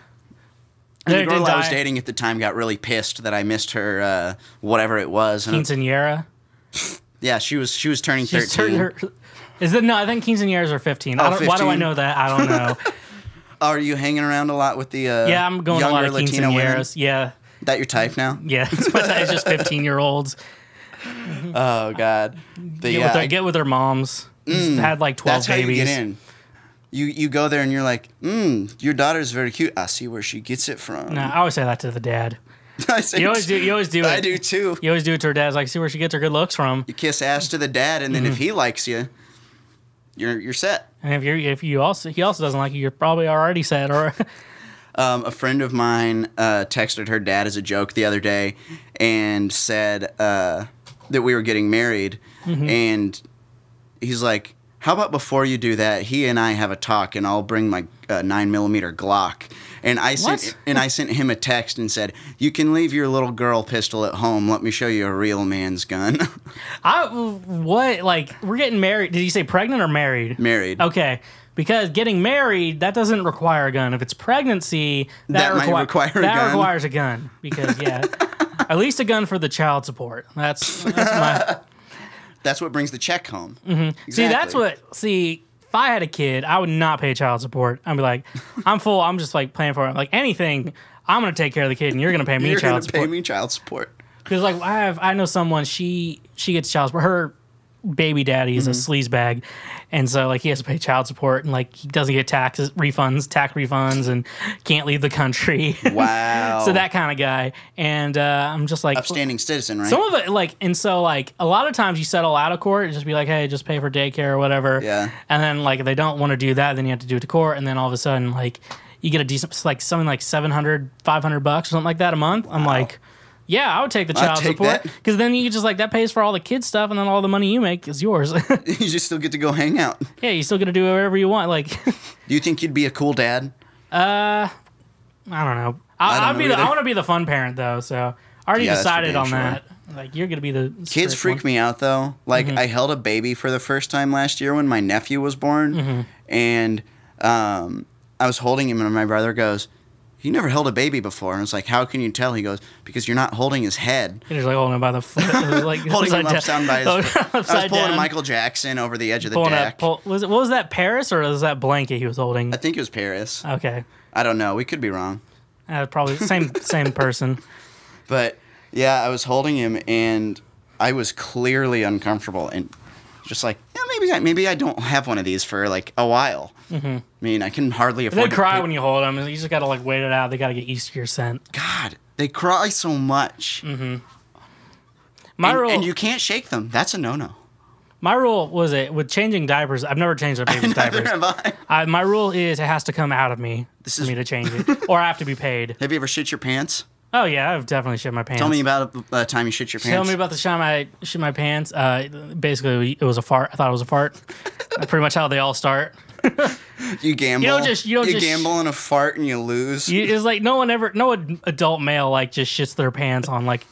And There the it girl did I was die. dating at the time got really pissed that I missed her uh, whatever it was. And Quinceanera. yeah, she was she was turning She's thirteen. turned her- Is it no? I think quinceañeras are 15. I Oh, don't, Why do I 15? know that? I don't know. Are you hanging around a lot with the uh, yeah, I'm going to a lot younger of Latino women? quinceañeras. Yeah, That your type now? yeah. That's what that is. Just 15 year olds. Oh God, but, Get, yeah, with their, I- get with their moms. Just had like 12 that's how babies. you get in. You you go there and you're like, mm, your daughter's very cute. I see where she gets it from. No, I always say that to the dad. I say, You always do. You always do. It. I do too. You always do it to her dad's. Like, see where she gets her good looks from. You kiss ass to the dad, and then Mm-hmm. if he likes you, you're you're set. And if you if you also he also doesn't like you, you're probably already sad. Or Um, a friend of mine uh, texted her dad as a joke the other day and said uh, that we were getting married. Mm-hmm. And he's like, How about before you do that, he and I have a talk and I'll bring my uh, 9mm Glock. And I, What? sent, and I sent him a text and said, You can leave your little girl pistol at home. Let me show you a real man's gun. I what like we're getting married. Did you say pregnant or married? married. Okay, because getting married that doesn't require a gun. If it's pregnancy, that, That might requi- require a that gun. requires a gun because yeah, at least a gun for the child support. That's that's my. That's what brings the check home. Mm-hmm. See, that's Exactly. what. See, if I had a kid, I would not pay child support. I'd be like, I'm full. I'm just like paying for it. Like anything, I'm gonna take care of the kid, and you're gonna pay me You're going child to pay support. me child support. Because like I have, I know someone. She she gets child support. Her baby daddy is a sleaze bag, and so like he has to pay child support, and like he doesn't get taxes refunds, tax refunds, and can't leave the country. Wow. so that kind of guy. And uh, I'm just like. Upstanding citizen, right? Some of it, like, and so, like, a lot of times you settle out of court and just be like, hey, just pay for daycare or whatever. Yeah. And then, like, if they don't want to do that, then you have to do it to court. And then all of a sudden, like, you get a decent it's like something like 700 500 bucks or something like that a month i'm like yeah i would take the I'd child take support that. because then you could just like that pays for all the kids stuff and then all the money you make is yours you just still get to go hang out. yeah you still get to do whatever you want like Do you think you'd be a cool dad? i don't know I don't i, I'd know be the, i either. want to be the fun parent though so i already Yeah, that's for decided damn on sure. that like you're gonna be the Kids freak me out though. Like Mm-hmm. I held a baby for the first time last year when my nephew was born, Mm-hmm. and um, I was holding him, and my brother goes, "You never held a baby before." And I was like, "How can you tell?" He goes, "Because you're not holding his head." You're just like holding him by the foot, like Holding him upside up down by his. Oh, I was upside pulling down. Michael Jackson over the edge of the Pulling deck. up, pull, was it, what was that Paris or was that blanket he was holding? I think it was Paris. Okay, I don't know. We could be wrong. uh, probably same same person. But yeah, I was holding him and I was clearly uncomfortable and just like, yeah, maybe I, maybe I don't have one of these for like a while. Mm-hmm. I mean, I can hardly afford. They to cry pick- when you hold them. You just gotta like wait it out. They gotta get used to your scent. God, they cry so much, Mm-hmm. My and, rule, and you can't shake them. That's a no-no. my rule was it with changing diapers. I've never changed a baby's Neither diapers. have I. I, my rule is it has to come out of me This for is- me to change it, or I have to be paid. Have you ever shit your pants? Oh yeah, I've definitely shit my pants. Tell me about a, a time you shit your pants. Tell me about the time I shit my pants. Uh, basically, it was a fart. I thought it was a fart. That's pretty much how they all start. you gamble. You don't just- you don't just- gamble in a fart and you lose. You- It's like no one ever, no ad- adult male like just shits their pants on like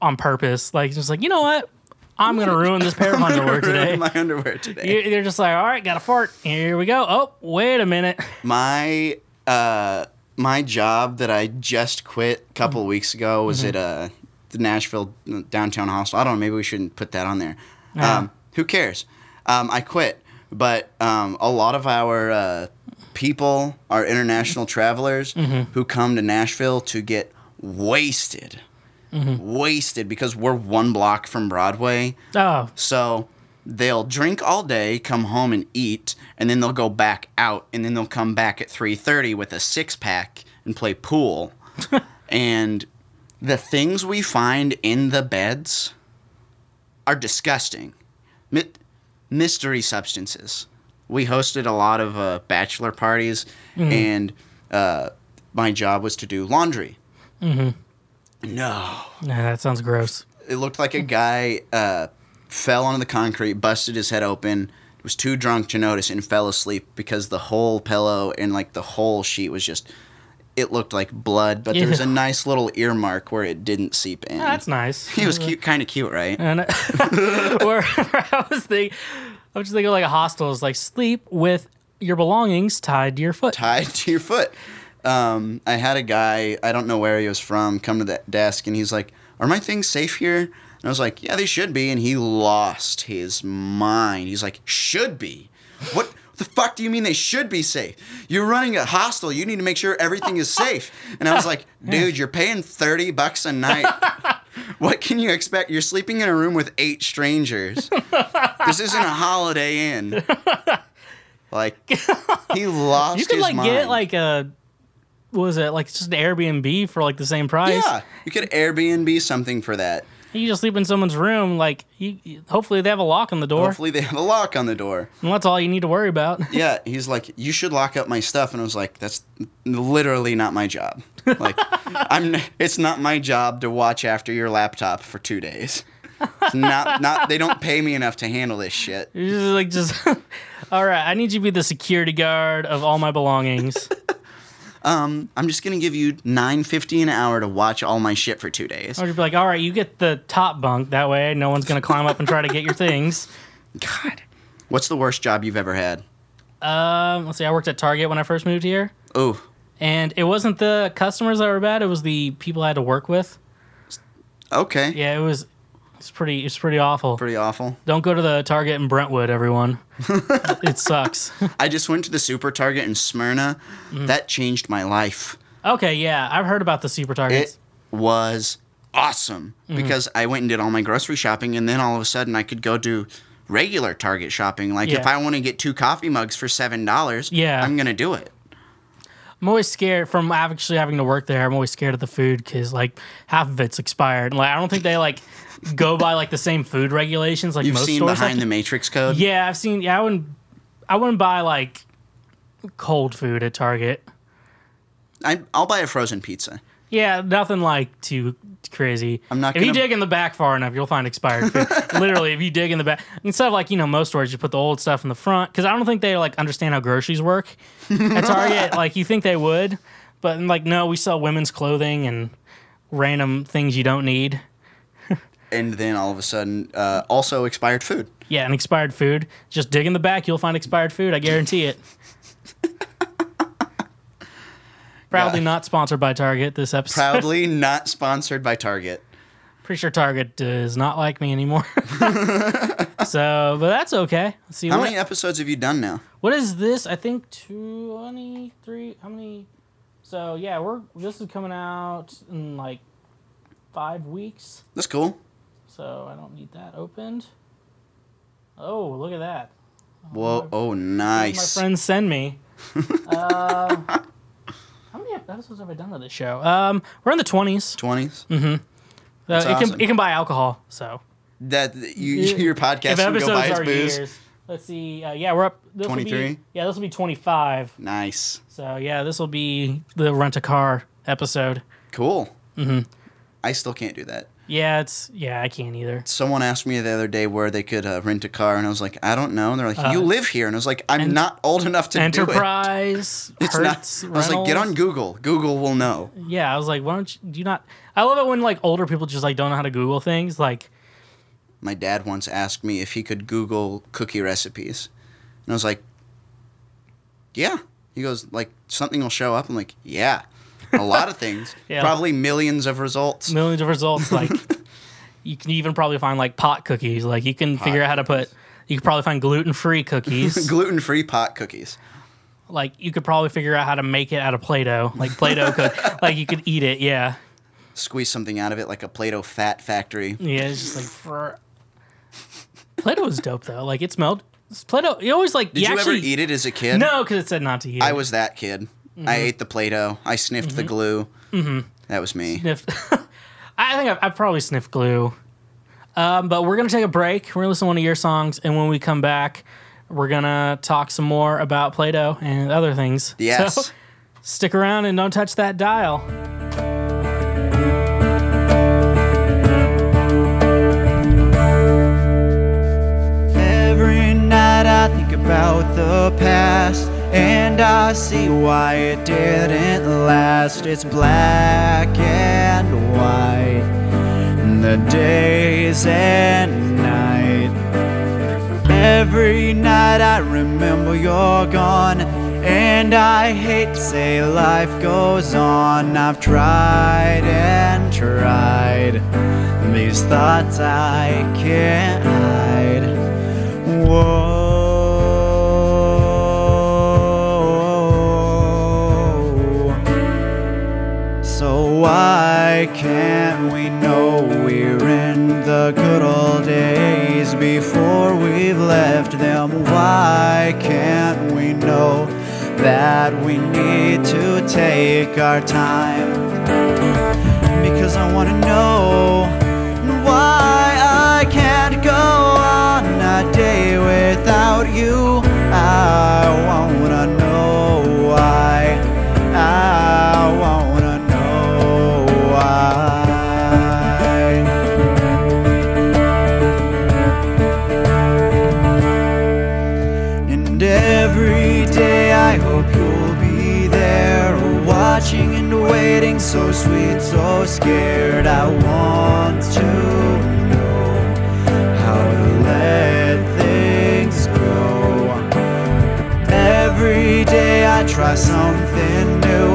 on purpose. Like just like you know what, I'm gonna ruin this pair of underwear today. Ruined my underwear today. You- They're just like, all right, got to fart. Here we go. Oh, wait a minute. my uh my job that I just quit a couple weeks ago was at uh the Nashville uh, downtown hostel. I don't know. Maybe we shouldn't put that on there. Um, who cares? Um, I quit, but um, a lot of our uh, people are international travelers who come to Nashville to get wasted, wasted because we're one block from Broadway. Oh, So they'll drink all day, come home and eat, and then they'll go back out, and then they'll come back at 3:30 with a six pack and play pool. and the things we find in the beds are disgusting. Mi- mystery substances. We hosted a lot of uh, bachelor parties, and uh, my job was to do laundry. Mm-hmm. No nah, that sounds gross. it looked like a guy uh, fell onto the concrete, busted his head open, was too drunk to notice, and fell asleep because the whole pillow and like the whole sheet was just. It looked like blood, but there was a Ew. nice little earmark where it didn't seep in. Yeah, that's nice. He was cute, kind of cute, right? And where I was thinking, I was just thinking like a hostel is like sleep with your belongings tied to your foot. tied to your foot. Um, I had a guy, I don't know where he was from, come to that desk and he's like, Are my things safe here? And I was like, Yeah, they should be. And he lost his mind. He's like, Should be? What the fuck do you mean they should be safe? You're running a hostel. You need to make sure everything is safe. And I was like, Dude, you're paying 30 bucks a night. What can you expect? You're sleeping in a room with eight strangers. this isn't a holiday inn. Like he lost You could his like mind. get like a what was it like just an Airbnb for like the same price? Yeah, you could Airbnb something for that. You just sleep in someone's room. Like you, you- hopefully they have a lock on the door, Hopefully, they have a lock on the door. and that's all you need to worry about. Yeah, he's like, you should lock up my stuff, and I was like, that's literally not my job. Like, I'm. It's not my job to watch after your laptop for two days. It's not, not. They don't pay me enough to handle this shit. You're just like just. All right, I need you to be the security guard of all my belongings. I'm just gonna give you nine fifty an hour to watch all my shit for two days. Or you'd be like, all right, you get the top bunk. That way, no one's gonna climb up and try to get your things. God, what's the worst job you've ever had? Um, let's see. I worked at Target when I first moved here, Oh, and it wasn't the customers that were bad. It was the people I had to work with. okay, Yeah, it was. It's pretty. It's pretty awful. pretty awful. Don't go to the Target in Brentwood, everyone. it sucks. I just went to the Super Target in Smyrna. That changed my life. Okay, yeah, I've heard about the super targets. It was awesome Mm-hmm. because I went and did all my grocery shopping, and then all of a sudden I could go do regular Target shopping. Like if Yeah. I want to get two coffee mugs for seven dollars, Yeah. I'm gonna do it. I'm always scared from actually having to work there. I'm always scared of the food because like half of it's expired. And, Like I don't think they like go by like the same food regulations like You've most seen stores. have behind to- the Matrix code. yeah, I've seen. Yeah, I wouldn't. I wouldn't buy like cold food at Target. I, I'll buy a frozen pizza. Yeah, nothing like too crazy. I'm not If you gonna- dig in the back far enough, you'll find expired food. Literally, if you dig in the back, instead of like you know most stores, you put the old stuff in the front because I don't think they like understand how groceries work at Target. like you think they would, but like no, we sell women's clothing and random things you don't need. And then all of a sudden, uh, also expired food. Yeah, and expired food. Just dig in the back, you'll find expired food. I guarantee it. Proudly Yeah. not sponsored by Target this episode. Proudly not sponsored by Target. Pretty sure Target does not like me anymore. so, but that's okay. Let's see How what, many episodes have you done now? what is this? I think twenty three. How many? So yeah, we're this is coming out in like five weeks. That's cool. So I don't need that opened. Oh, look at that! Whoa! Oh, nice. My friends send me. uh, how many episodes have I done of this show? Um, we're in the twenties. Twenties. Uh, it awesome. can it can buy alcohol. So That you, your podcast can go buy its booze. years, let's see. Uh, yeah, we're up. this will be- 23? Yeah, this will be 25. Nice. So, yeah, this will be the rent a car episode. Cool. Mm-hmm. I still can't do that. Yeah, it's. Yeah, I can't either. Someone asked me the other day where they could uh, rent a car, and I was like, I don't know. And they're like, You live here, and I was like, I'm not old enough to do Uh, Enterprise, it. It's not- Hertz, I was like, Get on Reynolds. Google. Google will know. Yeah, I was like, why don't you, do you not? I love it when like older people just like don't know how to Google things. Like, My dad once asked me if he could Google cookie recipes, and I was like, Yeah. He goes, Like something will show up. I'm like, Yeah. A lot of things. Yeah. Probably millions of results. millions of results. Like you can even probably find like pot cookies. Like you can figure out how to put. You could probably find gluten free cookies. Gluten free pot cookies. like you could probably figure out how to make it out of Play-Doh. Like Play-Doh cook. like you could eat it. Yeah. Squeeze something out of it like a Play Doh fat factory. Yeah. It's just like for. Play-Doh was dope though. Like it smelled. Play-Doh. You always like. Did you actually, ever eat it as a kid? No, because it said not to eat. I was that kid. I ate the Play-Doh. I sniffed the glue. Mm-hmm. That was me. sniffed. I think I've, I've probably sniffed glue. Um, but we're gonna take a break. We're gonna listen to one of your songs, and when we come back, we're gonna talk some more about Play-Doh and other things. Yes. So, stick around and don't touch that dial. Every night I think about the past and I see why it didn't last. It's black and white, the days and night. Every night I remember you're gone, and I hate to say life goes on. I've tried and tried, these thoughts I can't hide. Whoa. So why can't we know we're in the good old days before we've left them? Why can't we know that we need to take our time? because I wanna know why I can't go on a day without you. I wanna know why. I wanna know why. And every day I hope you'll be there, watching and waiting, so sweet, so scared. I want to know how to let things go. Every day I try something new,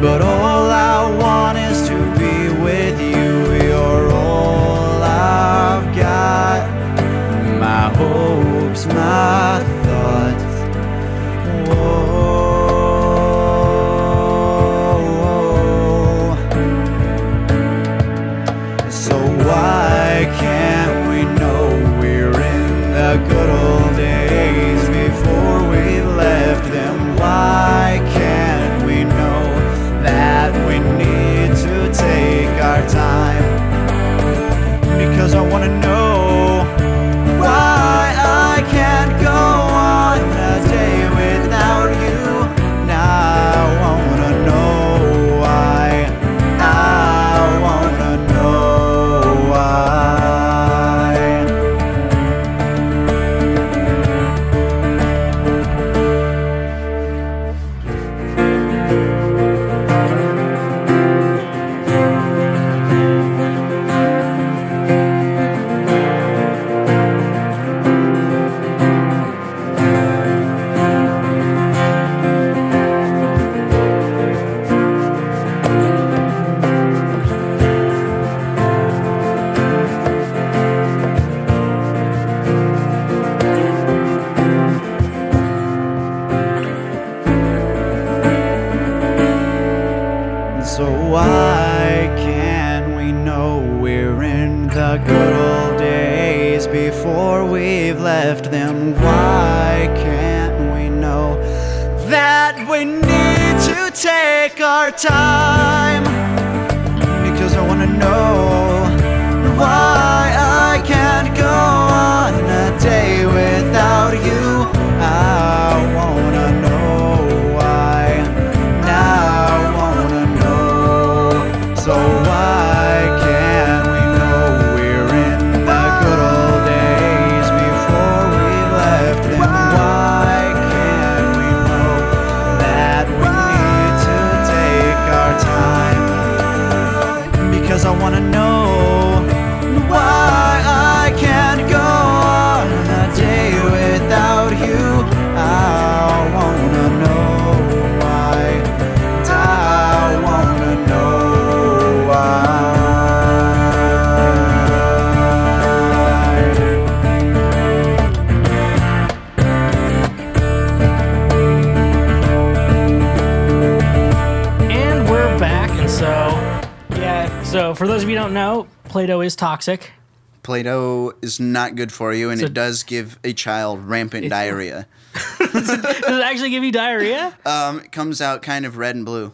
but all I want is to be with you. You're all I've got my hopes, my thoughts. Whoa. So why can't we know we're in the good old days before we left them? Why can't we know that So why can we know we're in the good old days before we've left them? Why can't we know that we need to take our time? Because I wanna know why I can't go on a day without you. I wanna know why. Now I wanna know. So why can't we know we're in the good old days before we left them? Why can't we know that we need to take our time? because I wanna know why I can't go on a day without you. I wanna know why. I wanna know why. And we're back. And so, yeah. So, for those of you who don't know, Play Doh is toxic. Play-Doh is not good for you, and So- it does give a child rampant diarrhea. Does it actually give you diarrhea? Um, it comes out kind of red and blue.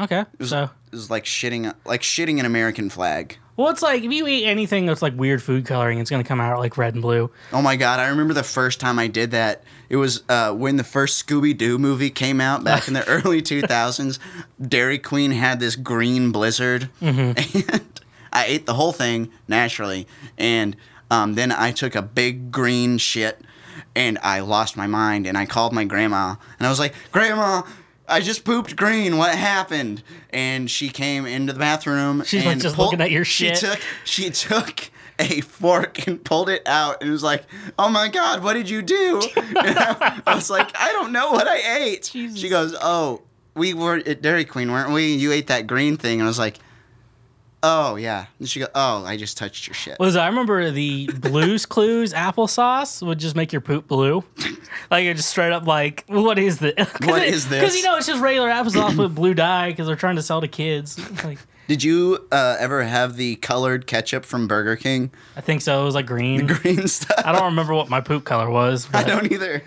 Okay. So, It's like shitting, like shitting an American flag. well, it's like if you eat anything that's like weird food coloring, it's going to come out like red and blue. Oh my god! I remember the first time I did that. It was uh, when the first Scooby Doo movie came out back in the early two thousands. Dairy Queen had this green blizzard, and I ate the whole thing naturally. And um, then I took a big green shit, and I lost my mind. And I called my grandma, and I was like, "Grandma." I just pooped green. What happened? And she came into the bathroom. She's, like, and just pulled- looking at your she shit. took she took a fork and pulled it out and was like, "Oh my god, what did you do?" And I, I was like, "I don't know what I ate." Jesus. She goes, "Oh, we were at Dairy Queen, weren't we? You ate that green thing." And I was like, "Oh yeah." And she goes, "Oh, I just touched your shit." Was I remember the Blues Clues applesauce would just make your poop blue? Like you're just straight up like, what is this? What is this? Because you know it's just regular applesauce with blue dye because they're trying to sell to kids. Like Did you uh, ever have the colored ketchup from Burger King? I think so. It was like green. Green stuff. I don't remember what my poop color was, I but, don't either.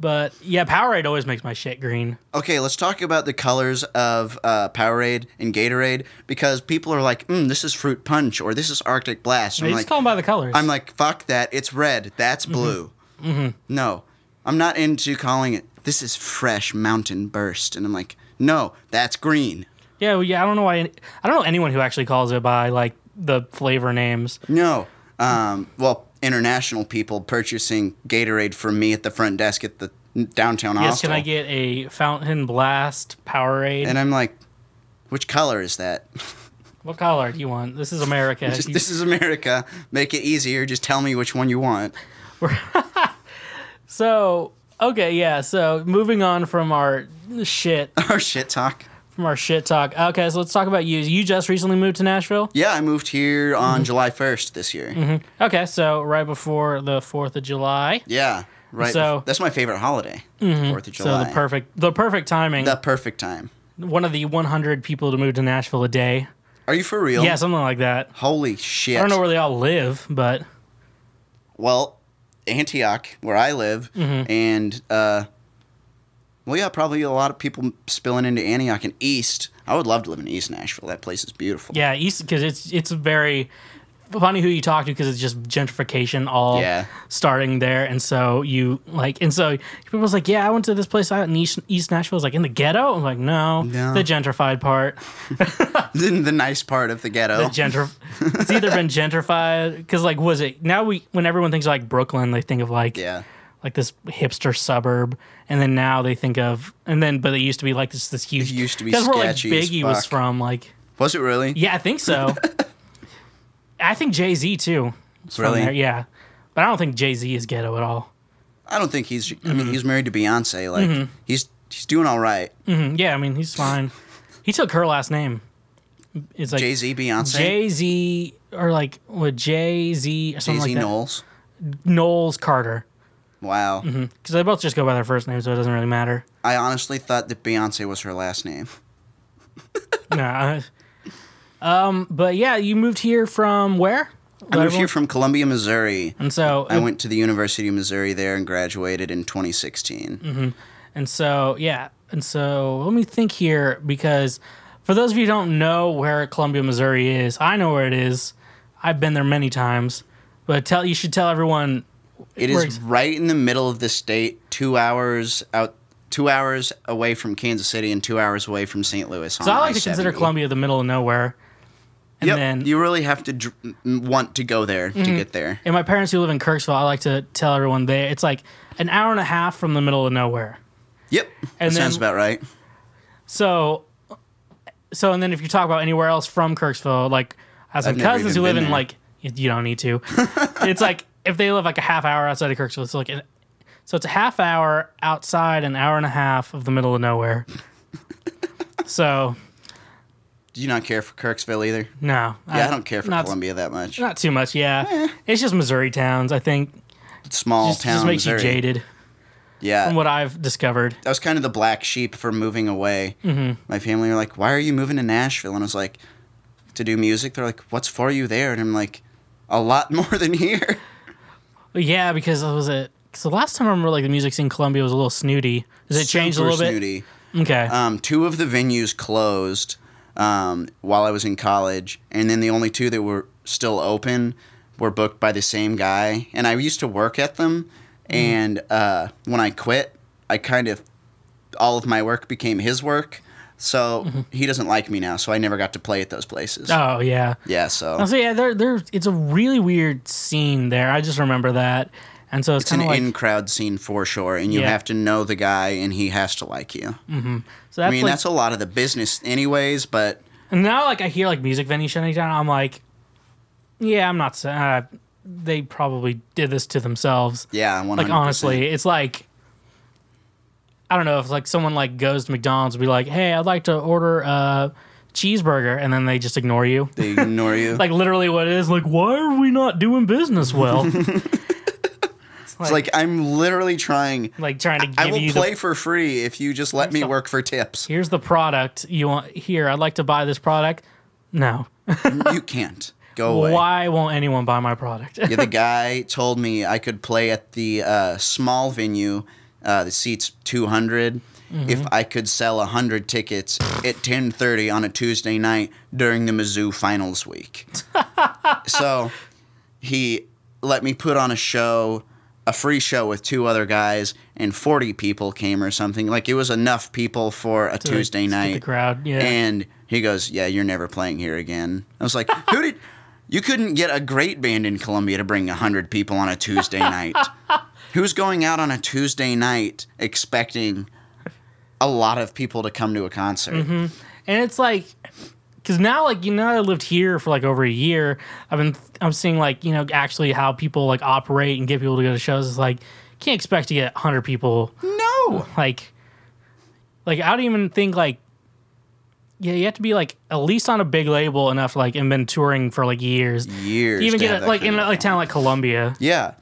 but yeah, Powerade always makes my shit green. Okay, let's talk about the colors of uh, Powerade and Gatorade because people are like, mm, "This is fruit punch" or "This is Arctic blast." And They I'm just like, call them by the colors. I'm like, "Fuck that! It's red. That's blue." No, I'm not into calling it. This is fresh mountain burst, and I'm like, "No, that's green." yeah, well, yeah. I don't know why. I don't know anyone who actually calls it by like the flavor names. No, um, well, international people purchasing Gatorade from me at the front desk at the downtown Yes, hostel, can I get a Fountain Blast Powerade? and I'm like, "Which color is that?" what color do you want? This is America. Just, You- this is America. Make it easier. Just tell me which one you want. So okay, yeah. So moving on from our shit, Our Oh, shit talk. from our shit talk. Okay, so let's talk about you. You just recently moved to Nashville. Yeah, I moved here Mm-hmm. on July 1st this year. Okay, so right before the Fourth of July. Yeah, right. So- Mm-hmm. that's my favorite holiday. Fourth of July. So the perfect, the perfect timing. The perfect time. One of the 100 people to move to Nashville a day. Are you for real? Yeah, something like that. Holy shit. I don't know where they all live, but well, Antioch, where I live, Mm-hmm. and uh, well, yeah, probably a lot of people spilling into Antioch and East. I would love to live in East Nashville. That place is beautiful. yeah, East because it's it's very funny who you talk to because it's just gentrification all Yeah. starting there, and so you like, and so people's like, yeah, I went to this place out in East, East Nashville. It's like in the ghetto. I'm like, no, No. the gentrified part. Then the nice part of the ghetto. Gentr- it's either been gentrified because like was it now we when everyone thinks of, like Brooklyn they think of like yeah. like this hipster suburb, and then now they think of and then but it used to be like this this huge It used to be where like sketchy as Biggie was fuck. from like Was it really? yeah I think so I think Jay Z too is Really? from there yeah but I don't think Jay Z is ghetto at all I don't think he's. I Mm-hmm. mean, he's married to Beyonce. Like he's he's doing all right. Mm, yeah I mean he's fine he took her last name it's like Jay Z, Beyonce, Jay Z or like what Jay Z or Jay something Z like that Knowles. Knowles Carter Wow. because they both just go by their first name so it doesn't really matter I honestly thought that Beyonce was her last name. Nah. um, but yeah, you moved here from where? I moved here from Columbia, Missouri. and so I went to the University of Missouri there and graduated in 2016. And so, yeah. And so, let me think here because for those of you who don't know where Columbia, Missouri is, I know where it is. I've been there many times. But tell you should tell everyone It where is ex- right in the middle of the state, two hours out, two hours away from Kansas City and two hours away from St. Louis. So I like to consider Columbia the middle of nowhere. And Yep, then Mm-hmm. you really have to dr- m- want to go there to get there. and my parents who live in Kirksville, I like to tell everyone they it's like an hour and a half from the middle of nowhere. Yep, And that then- sounds about right. So, so and then if you talk about anywhere else from Kirksville, like I have some I've never cousins who live even been in there. like you you don't need to. it's like if they live like a half hour outside of Kirksville, it's like an, so it's a half hour outside, an hour and a half of the middle of nowhere. so Do you not care for Kirksville either? no, yeah, I don't care for not, Columbia that much. Not too much, yeah. It's just Missouri towns, I think. Small Just, town, just makes Missouri. you jaded Yeah, from what I've discovered. I was kind of the black sheep for moving away. Mm-hmm. My family were like, "Why are you moving to Nashville?" And I was like, "To do music." They're like, "What's for you there?" And I'm like, "A lot more than here." But yeah, because I was it. Because the last time I remember, like the music scene in Columbia was a little snooty. Does it change a Super little bit? snooty. Okay. Um, two of the venues closed um, while I was in college, and then the only two that were still open were booked by the same guy. And I used to work at them, Mm. and uh, when I quit, I kind of all of my work became his work. So Mm-hmm. he doesn't like me now, so I never got to play at those places. oh yeah. Yeah, so So yeah, there, there. It's a really weird scene there. I just remember that, and so it's, it's an kind of like in crowd scene for sure, and you Yeah. have to know the guy, and he has to like you. so that's I mean, like that's a lot of the business, anyways, but and now like I hear like music venue shutting down. I'm like, yeah, I'm not. s- Uh, they probably did this to themselves. yeah, 100%. Like honestly, it's like I don't know if like someone like goes to McDonald's and be like, hey, I'd like to order a cheeseburger, and then they just ignore you. they ignore you. like literally what it is. Like why are we not doing business well? It's like I'm literally trying. like trying to give I will you the play for free if you just let me the- work for tips. here's the product you want here i'd like to buy this product no You can't go away. why won't anyone buy my product Yeah, the guy told me I could play at the uh, small venue, uh, the seats 200. If Mm-hmm. I could sell 100 tickets at 10:30 on a Tuesday night during the Mizzou finals week, so he let me put on a show, a free show with two other guys, and 40 people came or something. Like it was enough people for a Tuesday Just get night. the crowd yeah And he goes, "Yeah, you're never playing here again." I was like, "Who did? You couldn't get a great band in Columbia to bring hundred people on a Tuesday night. Who's going out on a Tuesday night expecting a lot of people to come to a concert? Mm-hmm. and it's like because now like you know i lived here for like over a year i've been i'm seeing like you know actually how people like operate and get people to go to shows it's like can't expect to get 100 people No, like like i don't even think like yeah you have to be like at least on a big label enough like and been touring for like years years. even to have get that like in kind of- a town like columbia yeah,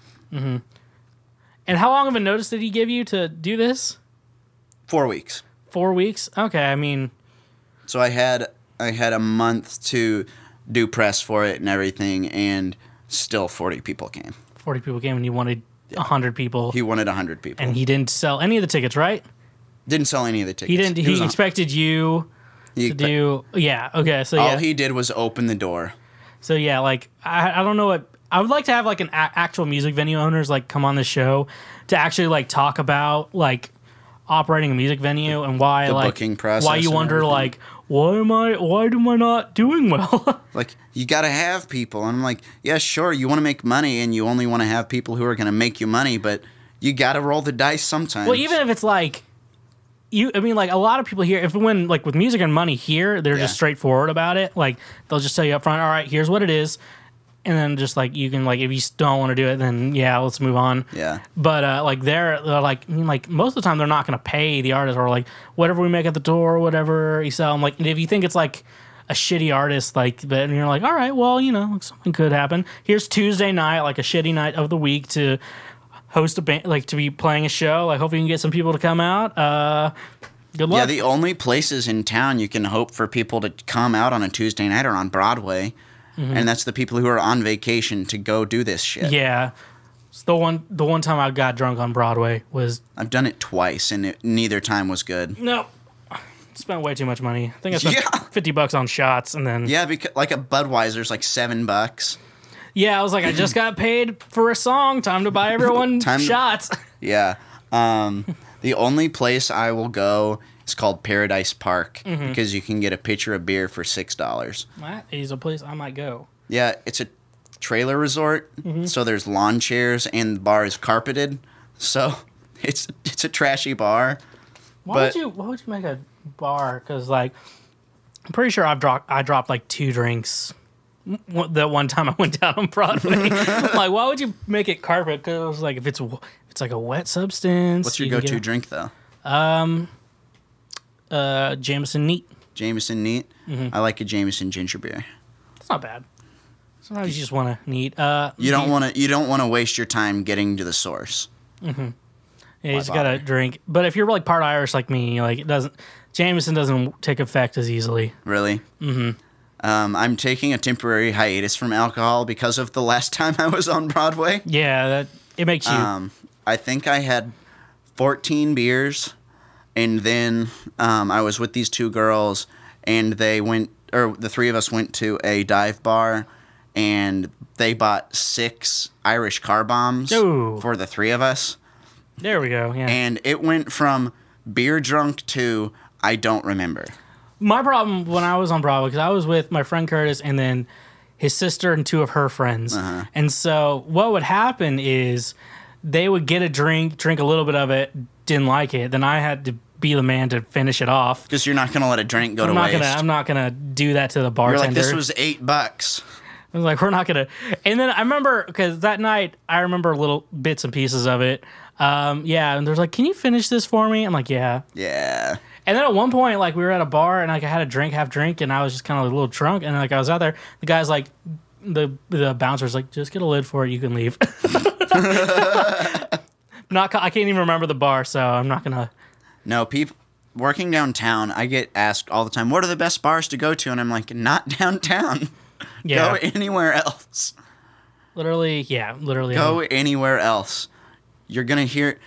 And how long of a notice did he give you to do this? four weeks. Four weeks? Okay, I mean, So I had I had a month to do press for it and everything, and still forty people came. 40 people came and you wanted 100 people. He wanted hundred people. and he didn't sell any of the tickets, right? didn't sell any of the tickets. He didn't. He, was on- expected you he to expe- do. Yeah. Okay. So All yeah. he did was open the door. so yeah. Like I, I don't know what I would like to have like an a- actual music venue owners like come on the show to actually like talk about like operating a music venue and why like booking process why you and wonder everything. like why am I why am I not doing well? Like, you got to have people. And I'm like, yeah, sure, you want to make money and you only want to have people who are going to make you money, but you got to roll the dice sometimes. Well, even if it's like you, I mean, like a lot of people here, if when like with music and money here, they're just Yeah. straightforward about it. Like they'll just tell you up front, all right, here's what it is, and then just like you can like if you s- don't want to do it, then yeah, let's move on. Yeah. But uh, like they're, they're like I mean, like most of the time they're not going to pay the artist or like whatever we make at the door, whatever you sell. I'm like if you think it's like a shitty artist, like then you're like, all right, well you know something could happen. Here's Tuesday night, like a shitty night of the week to host a band, like to be playing a show. Like hopefully you can get some people to come out. Uh, Good luck. Yeah, the only places in town you can hope for people to come out on a Tuesday night are on Broadway, and that's the people who are on vacation to go do this shit. Mm-hmm. Yeah. It's the one the one time I got drunk on Broadway was I've done it twice, and it, neither time was good. no. Spent way too much money. I think I spent Yeah. fifty bucks on shots and then yeah. Yeah, because like a Budweiser's like seven bucks. I was like, I just got paid for a song. Time to buy everyone Time- shots. Yeah. Um, the only place I will go is called Paradise Park because you can get a pitcher of beer for six dollars. that is a place I might go. Yeah, it's a trailer resort, so there's lawn chairs and the bar is carpeted, so it's it's a trashy bar. Why But- would you why would you make a bar? Because like I'm pretty sure I've dropped I dropped like two drinks. One- That one time I went down on Broadway, like why would you make it carpet? Because I was like, if it's w- if it's like a wet substance, What's your you can go-to get- drink though? Uh, Jameson neat. Jameson neat. I like a Jameson ginger beer. It's not bad. Sometimes you just want to need. Uh, You don't want to you don't want to waste your time getting to the source. yeah, you just bother? gotta drink. But if you're like part Irish like me, like it doesn't. Jameson doesn't take effect as easily. Really? Mm-hmm. Um, I'm taking a temporary hiatus from alcohol because of the last time I was on Broadway. Yeah, that it makes you. Um, I think I had 14 beers, and then um, I was with these two girls, and they went, or the three of us went to a dive bar, and they bought six Irish car bombs Ooh. for the three of us, there we go. Yeah. and it went from beer drunk to I don't remember. my problem when I was on Bravo because I was with my friend Curtis and then his sister and two of her friends. Uh-huh. And so what would happen is they would get a drink, drink a little bit of it, didn't like it. Then I had to be the man to finish it off. Because you're not gonna let a drink go I'm to not waste. gonna. I'm not gonna do that to the you're bartender. like this was eight bucks. I was like, we're not gonna. And then I remember because that night I remember little bits and pieces of it. Um, yeah, and there's like, can you finish this for me? I'm like, yeah. Yeah. And then at one point, like we were at a bar and like I had a drink, half drink, and I was just kind of a little drunk, and like I was out there. The guy's like, the the bouncer's like, just get a lid for it, you can leave. not, ca- I can't even remember the bar, so I'm not gonna. No, people working downtown, I get asked all the time, "What are the best bars to go to?" And I'm like, "Not downtown. Yeah, Go anywhere else. literally, yeah, literally. Go anywhere else. You're gonna hear."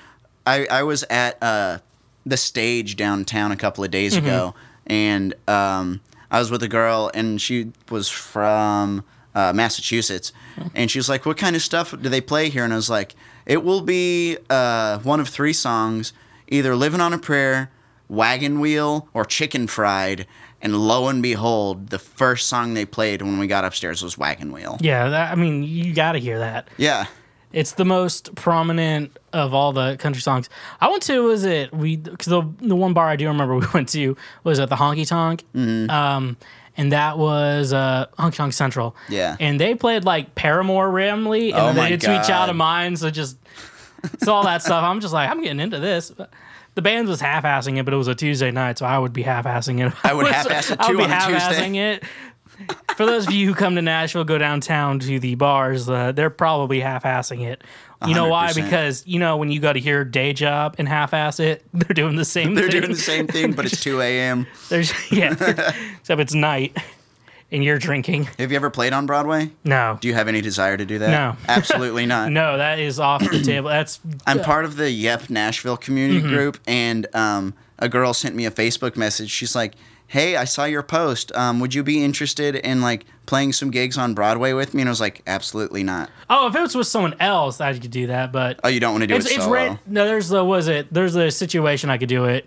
I I was at uh, the stage downtown a couple of days ago, and um, I was with a girl, and she was from. Uh, Massachusetts, and she was like, "What kind of stuff do they play here?" And I was like, "It will be uh, one of three songs: either "Living on a Prayer," Wagon Wheel or Chicken Fried, and lo and behold, the first song they played when we got upstairs was Wagon Wheel. yeah, that, I mean, you gotta hear that. Yeah. It's the most prominent of all the country songs. I went to was it we 'cause the the one bar I do remember we went to was at the Honky Tonk, Mm-hmm. um, and that was uh, Honky Tonk Central. Yeah. and they played like Paramore randomly, and Oh then my they did Sweet Child God. of Mine. So just it's all that stuff. I'm just like I'm getting into this. The band was half-assing it, but it was a Tuesday night, so I would be half-assing it. I would was- half-ass it I too would be on a Tuesday. half-assing it. For those of you who come to Nashville, go downtown to the bars, uh, they're probably half-assing it. You know why? 100%. Because you know when you go to hear day job and half-ass it, they're doing the same. They're thing. doing the same thing, but it's 2 a.m. There's yeah, except it's night and you're drinking. Have you ever played on Broadway? No, Do you have any desire to do that? No. Absolutely not. no, that is off the table. That's I'm part of the Yep Nashville community Mm-hmm. group, and um, a girl sent me a Facebook message. She's like, "Hey, I saw your post. Um, would you be interested in like playing some gigs on Broadway with me?" And I was like, "Absolutely not. oh, if it was with someone else, I could do that. But Oh, you don't want to do it's it it's solo? ra- no. There's the was it. There's the situation I could do it.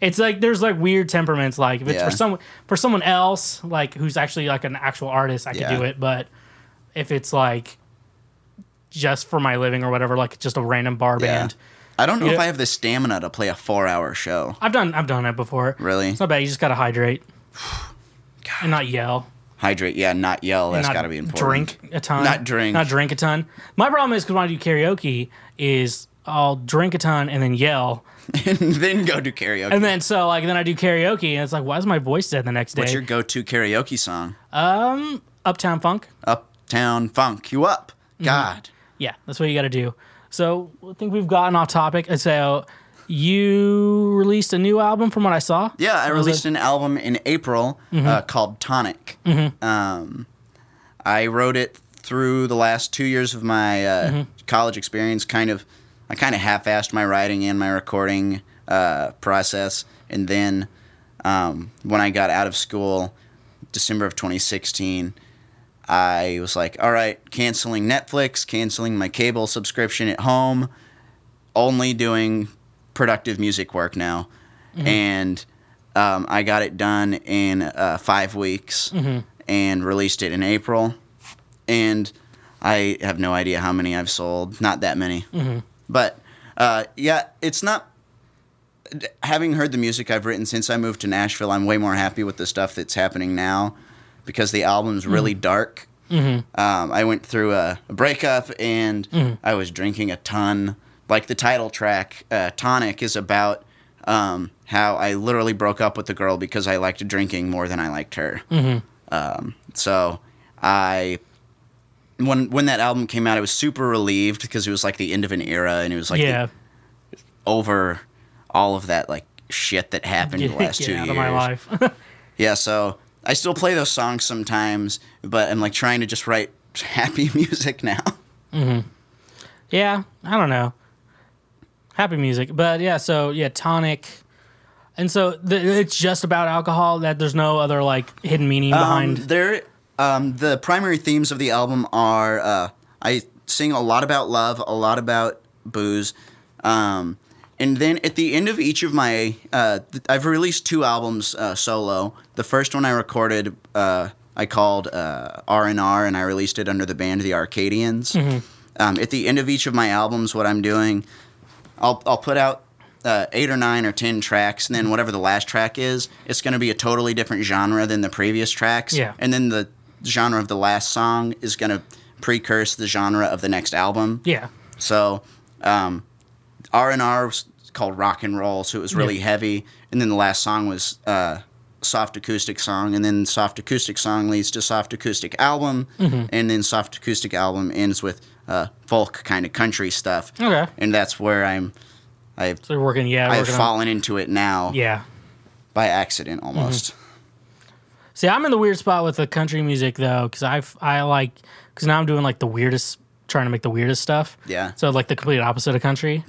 It's like there's like weird temperaments. Like if it's Yeah. for someone for someone else, like who's actually like an actual artist, I could Yeah. do it. But if it's like just for my living or whatever, like just a random bar Yeah. band, I don't know You if know- I have the stamina to play a four-hour show. I've done I've done it before. Really? it's not bad. You just gotta hydrate and not yell. Hydrate, yeah, not yell. That's not got to be important. Drink a ton. Not drink. Not drink a ton. My problem is because when I do karaoke, is I'll drink a ton and then yell, and then go do karaoke. and then so like then I do karaoke and it's like, why is my voice dead the next day? What's your go-to karaoke song? Uptown Funk. Uptown Funk, you up? God, Yeah, that's what you got to do. So I think we've gotten off topic. And So You released a new album from what I saw. Yeah, I What was released it? an album in April uh, called Tonic. Um, I wrote it through the last two years of my uh, college experience. Kind of, I kind of half-assed my writing and my recording uh, process, and then um, when I got out of school, December of 2016. I was like, all right, canceling Netflix, canceling my cable subscription at home, only doing productive music work now. And um, I got it done in uh, five weeks and released it in April. And I have no idea how many I've sold, not that many. But uh, yeah, it's not. d- Having heard the music I've written since I moved to Nashville, I'm way more happy with the stuff that's happening now because the album's really dark. Um, I went through a breakup and I was drinking a ton. Like the title track, uh, Tonic, is about um, how I literally broke up with the girl because I liked drinking more than I liked her. Um, so I. When, when that album came out, I was super relieved because it was like the end of an era and it was like the- yeah. over all of that like shit that happened the last Get two out years. of my life. Yeah, so I still play those songs sometimes, but I'm like trying to just write happy music now. Yeah, I don't know. Happy music, but yeah. So yeah, tonic, and so th- it's just about alcohol. That there's no other like hidden meaning Um, behind. there, um, the primary themes of the album are uh, I sing a lot about love, a lot about booze, um, and then at the end of each of my, uh, th- I've released two albums uh, solo. The first one I recorded, uh, I called uh, R and R, and I released it under the band The Arcadians. Mm-hmm. Um, at the end of each of my albums, what I'm doing I'll I'll put out uh, eight or nine or ten tracks, and then whatever the last track is, it's going to be a totally different genre than the previous tracks. Yeah. And then the genre of the last song is going to precurse the genre of the next album. yeah, So, um, R and R was called rock and roll, so it was really Yeah. heavy. And then the last song was uh, soft acoustic song, and then soft acoustic song leads to soft acoustic album, Mm-hmm. and then soft acoustic album ends with uh, folk kind of country stuff. Okay. and that's where I'm. I've so we're working. Yeah, I've working on- fallen into it now yeah. Mm-hmm. by accident almost. See, I'm in the weird spot with the country music though, because I I like because now I'm doing like the weirdest, trying to make the weirdest stuff. Yeah. So like the complete opposite of country.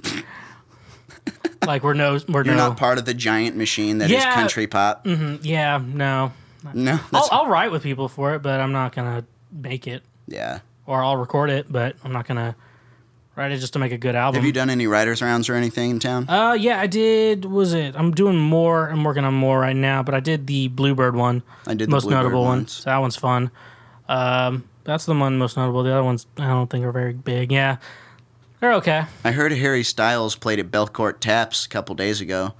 like we're no, we're You're no. not part of the giant machine that is Yeah. Mm-hmm. Oh. country pop. yeah, no. No, I'll, that's- I'll write with people for it, but I'm not gonna make it. yeah. or I'll record it, but I'm not gonna write it just to make a good album. Have you done any writers rounds or anything in town? uh, yeah, I did. Was it? I'm doing more. I'm working on more right now, but I did the Bluebird one. I did the most Bluebird notable one. ones. So that one's fun. Um, that's the one most notable. The other ones I don't think are very big. Yeah, they're okay. I heard Harry Styles played at Belcourt Taps a couple days ago.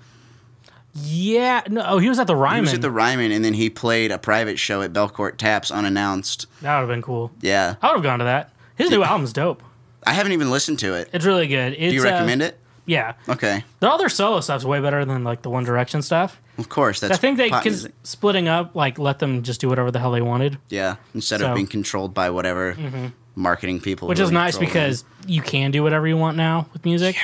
Yeah. No. Oh, he was at the Ryman. He was at the Ryman, and then he played a private show at Belcourt Taps unannounced. that would have been cool. Yeah, I would have gone to that. His new album's dope. I haven't even listened to it. It's really good. It's, uh, Do you recommend it? Yeah. Okay, All their solo stuff's way better than like the One Direction stuff. of course. That's I think they pop can music. splitting up like let them just do whatever the hell they wanted, yeah, instead So- Mm-hmm. of being controlled by whatever marketing people. which is really nice control them. because you can do whatever you want now with music,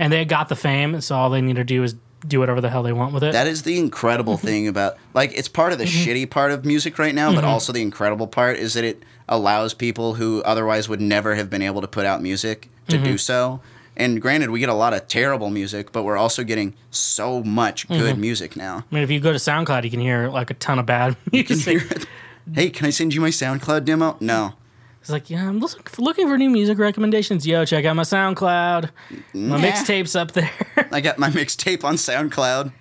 and they got the fame, so all they need to do is do whatever the hell they want with it. That is the incredible thing about like it's part of the shitty part of music right now, but also the incredible part is that it allows people who otherwise would never have been able to put out music to do so. And granted, we get a lot of terrible music, but we're also getting so much good music now. I mean, if you go to SoundCloud, you can hear like a ton of bad music. Hey, can I send you my SoundCloud demo? No. It's like, yeah, I'm looking for, looking for new music recommendations. Yo, check out my SoundCloud. My Nah. mixtape's up there. I got my mixtape on SoundCloud.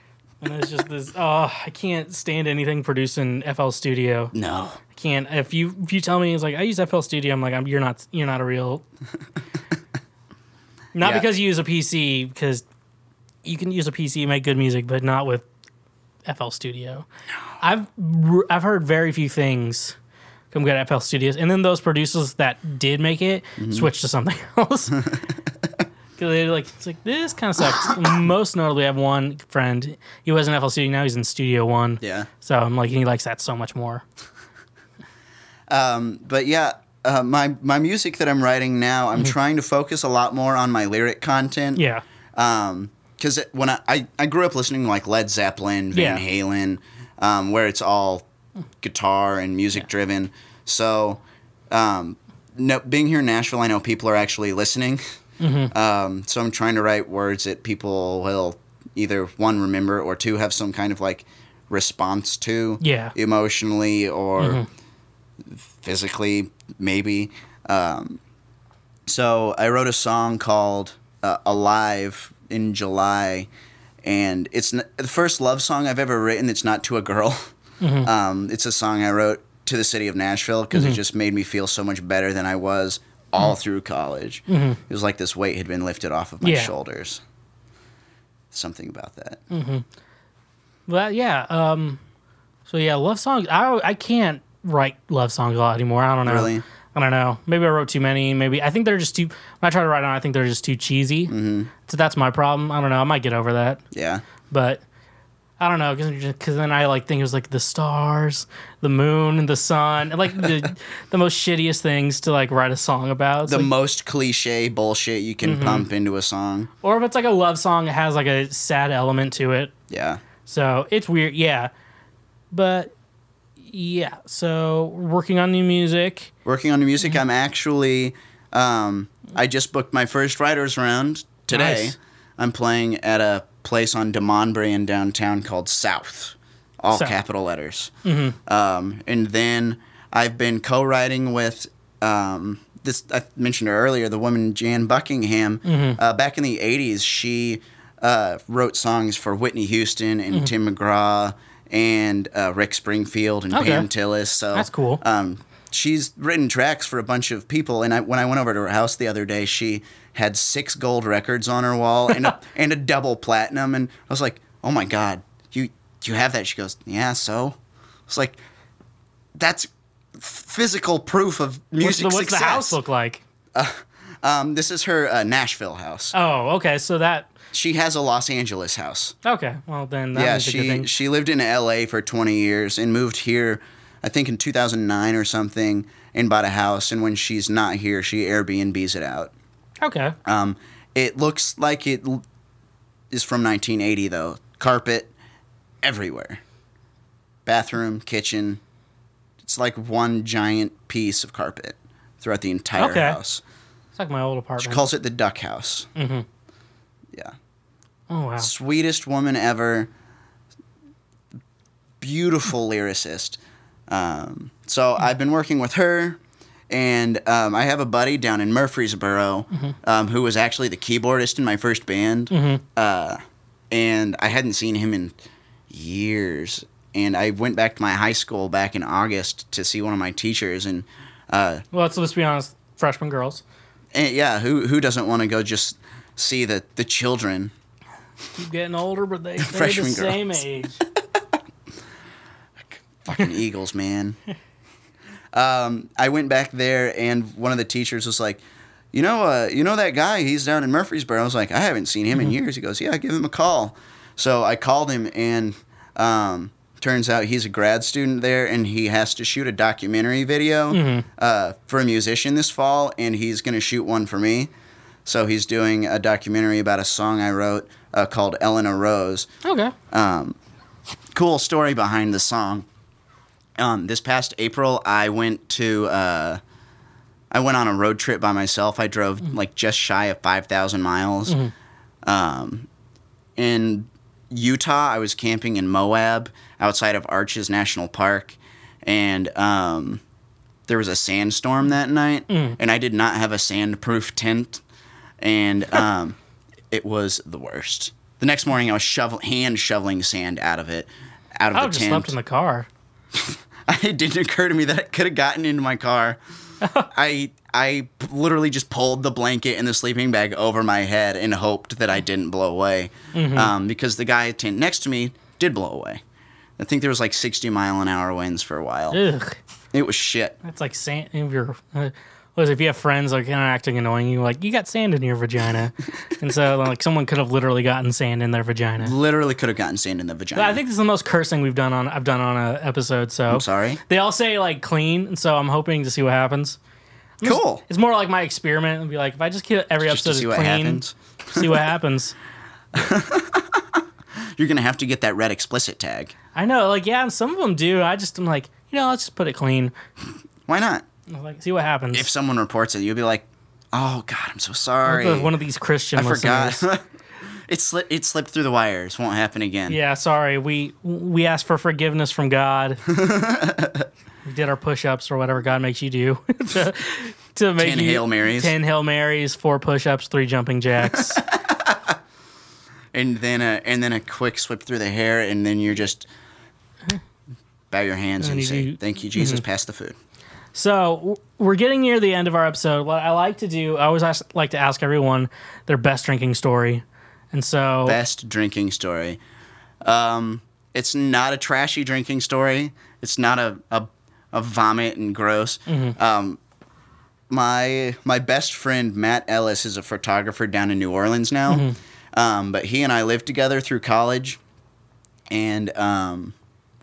and it's just this. Oh, I can't stand anything produced in FL Studio. No. I can't. If you if you tell me it's like I use FL Studio, I'm like I'm, you're not you're not a real. not Yeah. because you use a PC, because you can use a PC and make good music, but not with FL Studio. I've r- I've heard very few things come good at FL Studios, and then those producers that did make it Mm-hmm. switched to something else. Because they're like, it's like this kind of sucks. Most notably, I have one friend. He was in FL Studio. Now he's in Studio One. Yeah. So I'm like, he likes that so much more. but yeah, uh, my my music that I'm writing now, I'm trying to focus a lot more on my lyric content. Yeah. Um, because when I, I I grew up listening to like Led Zeppelin, Van Yeah. Halen, um, where it's all guitar and music driven. So, um, no, being here in Nashville, I know people are actually listening. Mm-hmm. Um, so I'm trying to write words that people will either one remember or two have some kind of like response to, Yeah. Mm-hmm. emotionally or physically, maybe. So I wrote a song called uh, "Alive" in July, and it's n- the first love song I've ever written. It's not to a girl. Mm-hmm. Um, it's a song I wrote to the city of Nashville because it just made me feel so much better than I was Mm. all through college. It was like this weight had been lifted off of my Mm-hmm. Yeah. Mm. shoulders. Something about that. Well, yeah. Um, so yeah, love songs. I I can't write love songs a lot anymore. I don't know. Really? I don't know. Maybe I wrote too many. Maybe I think they're just too. When I try to write on, I think they're just too cheesy. Mm-hmm. So that's my problem. I don't know. I might get over that, Yeah. but I don't know because then I like think it was like the stars, the moon, the sun, and, like the the most shittiest things to like write a song about. It's The like- Mm-hmm. most cliche bullshit you can pump into a song. or if it's like a love song, it has like a sad element to it. Yeah. So it's weird, yeah. But yeah, so working on new music. working on the music. Mm-hmm. I'm actually, um, I just booked my first writers round today. Nice. I'm playing at a place on Demondbre in downtown called South, all South. Mm-hmm. capital letters. Um, and then I've been co-writing with um, this. I mentioned her earlier, the woman Jan Buckingham. Mm-hmm. Uh, back in the '80s, she uh, wrote songs for Whitney Houston and Mm-hmm. Tim McGraw and uh, Rick Springfield and Okay. Pam Tillis. So That's cool. um, she's written tracks for a bunch of people, and I, when I went over to her house the other day, she had six gold records on her wall and a, and a double platinum, and I was like, "Oh my god, you you have that?" She goes, "Yeah." So I was like, "That's f- physical proof of What's, music the, what's the success." house look like? um, this is her uh, Nashville house. Oh, okay. So that She has a Los Angeles house. okay. Well, then that yeah, means a good she thing. she lived in L.A. for 20 years and moved here, I think in 2009 or something, and bought a house. And when she's not here, she Airbnbs it out. okay. Um, it looks like it l- is from 1980 though. Carpet everywhere, bathroom, kitchen. It's like one giant piece of carpet throughout the entire Okay. house. It's like my old She apartment. calls it the duck house. Mm-hmm. Yeah oh wow. sweetest woman ever, beautiful lyricist. Um, so I've been working with her, and um, I have a buddy down in Murfreesboro um, who was actually the keyboardist in my first band, uh, and I hadn't seen him in years. And I went back to my high school back in August to see one of my teachers, and Well, let's, let's be honest. Freshman girls. and eh, yeah, who who doesn't want to go just see the the children? Keep getting older, but they stay the Freshman same girls. age. fucking Eagles, man. Um, I went back there, and one of the teachers was like, "You know, uh, you know that guy? He's down in Murfreesboro." I was like, "I haven't seen him in years." He goes, "Yeah, give him a call." So I called him, and um, turns out he's a grad student there, and he has to shoot a documentary video uh, for a musician this fall, and he's going to shoot one for me. So he's doing a documentary about a song I wrote uh, called "Eleanor Rose." Okay. cool story behind the song. Um, this past April, I went to uh, I went on a road trip by myself. I drove Mm-hmm. like just shy of five thousand miles. Um, in Utah, I was camping in Moab outside of Arches National Park, and um, there was a sandstorm that night, Mm. and I did not have a sandproof tent, and um, it was the worst. The next morning, I was shovel- hand shoveling sand out of it, out of I the just tent. slept in the car. it didn't occur to me that it could have gotten into my car. I I p- literally just pulled the blanket and the sleeping bag over my head and hoped that I didn't blow away, Mm-hmm. um, because the guy tent next to me did blow away. I think there was like 60 mile an hour winds for a while. Ugh. It was shit. That's like sand. If you're, uh, was if you have friends like kind of acting annoying, you like you got sand in your vagina, and so like someone could have literally gotten sand in their vagina. Literally could have gotten sand in the vagina. I think this is the most cursing we've done on I've done on a episode. So I'm sorry. They all say like clean, and so I'm hoping to see what happens. Cool. It's more like my experiment and be like, if I just kill every Just episode to see is what clean, happens. see what happens. You're gonna have to get that red explicit tag. I know, like, yeah, and some of them do. I just am like, you know, let's just put it clean. Why not? Like, see what happens. If someone reports it, you'll be like, "Oh God, I'm so sorry. With one of these Christian I forgot." listeners. it slipped. It slipped through the wires. Won't happen again. yeah, sorry. We we asked for forgiveness from God. we did our push-ups or whatever God makes you do to, to make Ten you- Hail Marys. ten hail marys, four push-ups, three jumping jacks. and then a and then a quick sweep through the hair, and then you're just bow your hands and, And you say, do- "Thank you, Jesus. Pass the food." So w- we're getting near the end of our episode. What I like to do, I always ask, like to ask everyone their best drinking story, and so Best drinking story. Um, it's not a trashy drinking story. It's not a a, a vomit and gross. Um, my my best friend Matt Ellis is a photographer down in New Orleans now, um, but he and I lived together through college, and um,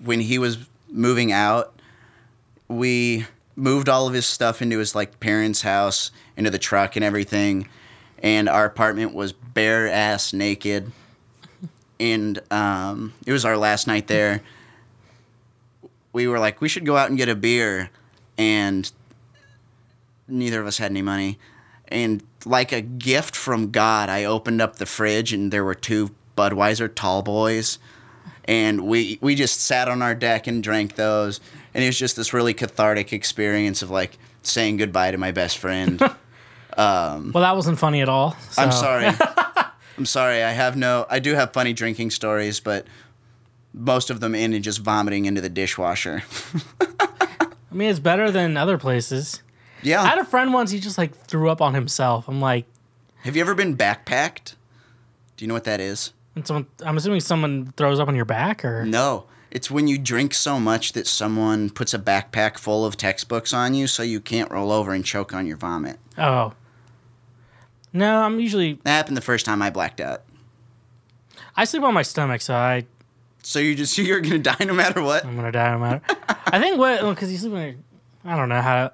when he was moving out, we moved all of his stuff into his like parents' house, into the truck and everything, and our apartment was bare ass naked, and um, it was our last night there. We were like, we should go out and get a beer, and neither of us had any money. And like a gift from God, I opened up the fridge and there were two Budweiser tall boys. And we we just sat on our deck and drank those. And it was just this really cathartic experience of like saying goodbye to my best friend. well, that wasn't funny at all. I'm so- sorry. I'm sorry. I have no I do have funny drinking stories, but most of them end in just vomiting into the dishwasher. I mean, it's better than other places. yeah. I had a friend once; he just like threw up on himself. I'm like, have you ever been backpacked? Do you know what that is? and someone, I'm assuming someone throws up on your back, or No, it's when you drink so much that someone puts a backpack full of textbooks on you so you can't roll over and choke on your vomit. oh, no, I'm usually That happened the first time I blacked out. I sleep on my stomach, so I So you just you're gonna die no matter what. I'm gonna die no matter. I think what because you sleep on your, I don't know how.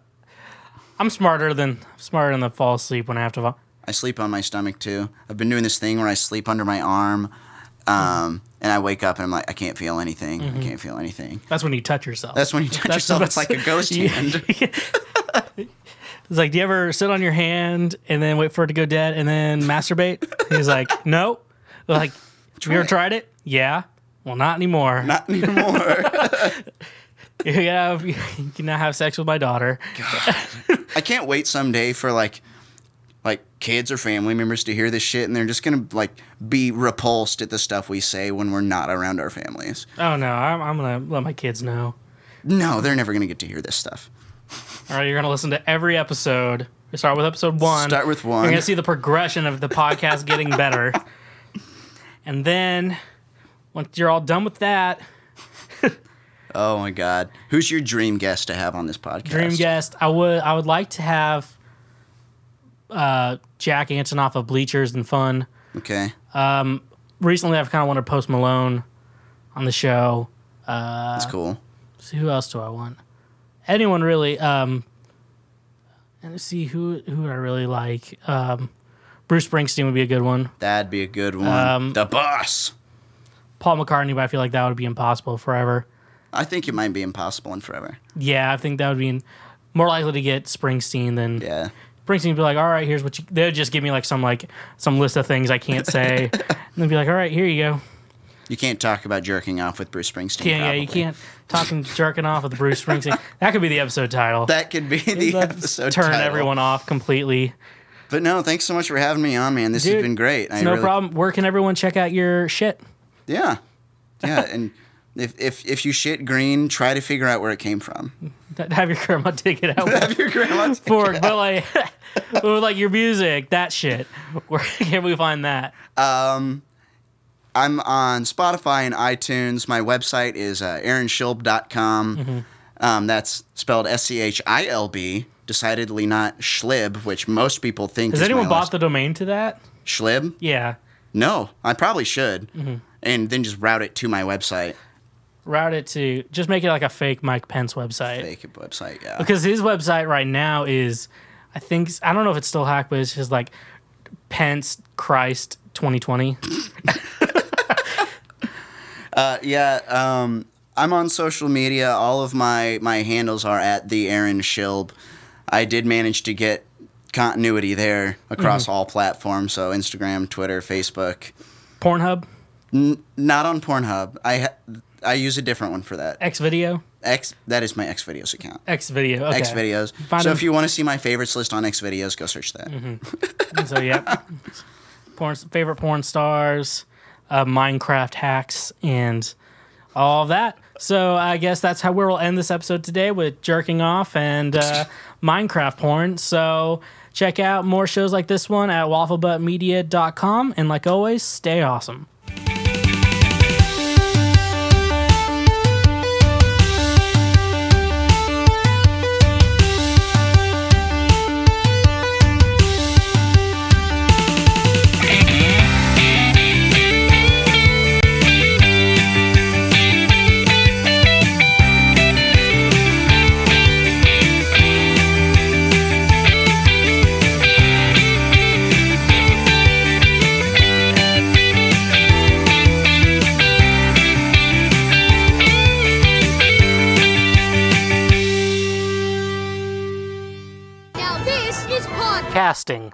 I'm smarter than smarter than the fall asleep when I have to. Vo- I sleep on my stomach too. I've been doing this thing where I sleep under my arm, um, and I wake up and I'm like, I can't feel anything. I can't feel anything. That's when you touch yourself. That's when you touch Mm-hmm. That's the yourself. It's best- like a ghost Yeah. hand. It's like, do you ever sit on your hand and then wait for it to go dead and then masturbate? He's like, no. They're Like, have you ever it. tried it? Yeah. Well, not anymore. Not anymore. you, can have, you can now have sex with my daughter. I can't wait someday for like like kids or family members to hear this shit and they're just gonna like be repulsed at the stuff we say when we're not around our families. Oh no, I'm, I'm gonna let my kids know. No, they're never gonna get to hear this stuff. All right, you're gonna listen to every episode. We start with episode one. Start with You're one. gonna see the progression of the podcast getting better, and then once you're all done with that, oh my god. Who's your dream guest to have on this podcast? dream guest, I would I would like to have uh, Jack Antonoff of Bleachers and Fun. Okay. Recently, I've kind of wanted Post Malone on the show. Uh, That's cool. Let's see who else do I want? Anyone really? Um, and let's see who who I really like. Um, Bruce Springsteen would be a good one. That'd be a good one. um, the boss. Paul McCartney, but I feel like that would be impossible forever. I think it might be impossible in forever. Yeah, I think that would be in- more likely to get Springsteen than Yeah. Springsteen would be like, all right, here's what you. They'd just give me like some like some list of things I can't say, and they'd be like, all right, here you go. You can't talk about jerking off with Bruce Springsteen. Can't, yeah, you probably. can't talking jerking off with Bruce Springsteen. That could be the episode title. That could be the Let's episode. turn title. everyone off completely. But no, thanks so much for having me on, man. This Dude, has been great. It's no problem. Where can everyone check out your shit? Yeah, yeah, and if if if you shit green, try to figure out where it came from. Have your grandma take it out with Have your grandma. a fork, but like, but with like your music, that shit. Where can we find that? I'm on Spotify and iTunes. My website is uh, aaronschilb.com. Mm-hmm. Um, that's spelled S C H I L B. Decidedly not schlib, which most people think. Has is anyone my bought last- the domain to that? schlib? Yeah. No, I probably should, Mm-hmm. and then just route it to my website, route it to just make it like a fake Mike Pence website fake website. Yeah. because his website right now is I think I don't know if it's still hacked but it's just like Pence Christ 2020. Uh, yeah, um, I'm on social media. All of my my handles are at the Aaron Shilb. I did manage to get continuity there Mm-hmm. across all platforms, so Instagram, Twitter, Facebook. Pornhub, Not on Pornhub. I ha- I use a different one for that. X Video, X that is my X videos account. X Video, okay. X videos. Find so him. if you want to see my favorites list on X videos, go search that. So yeah, porn favorite porn stars, uh, Minecraft hacks, and all of that. So I guess that's how we'll end this episode today with jerking off and uh, Minecraft porn. So check out more shows like this one at wafflebuttmedia.com. And like always, stay awesome. Now this is podcast. Casting.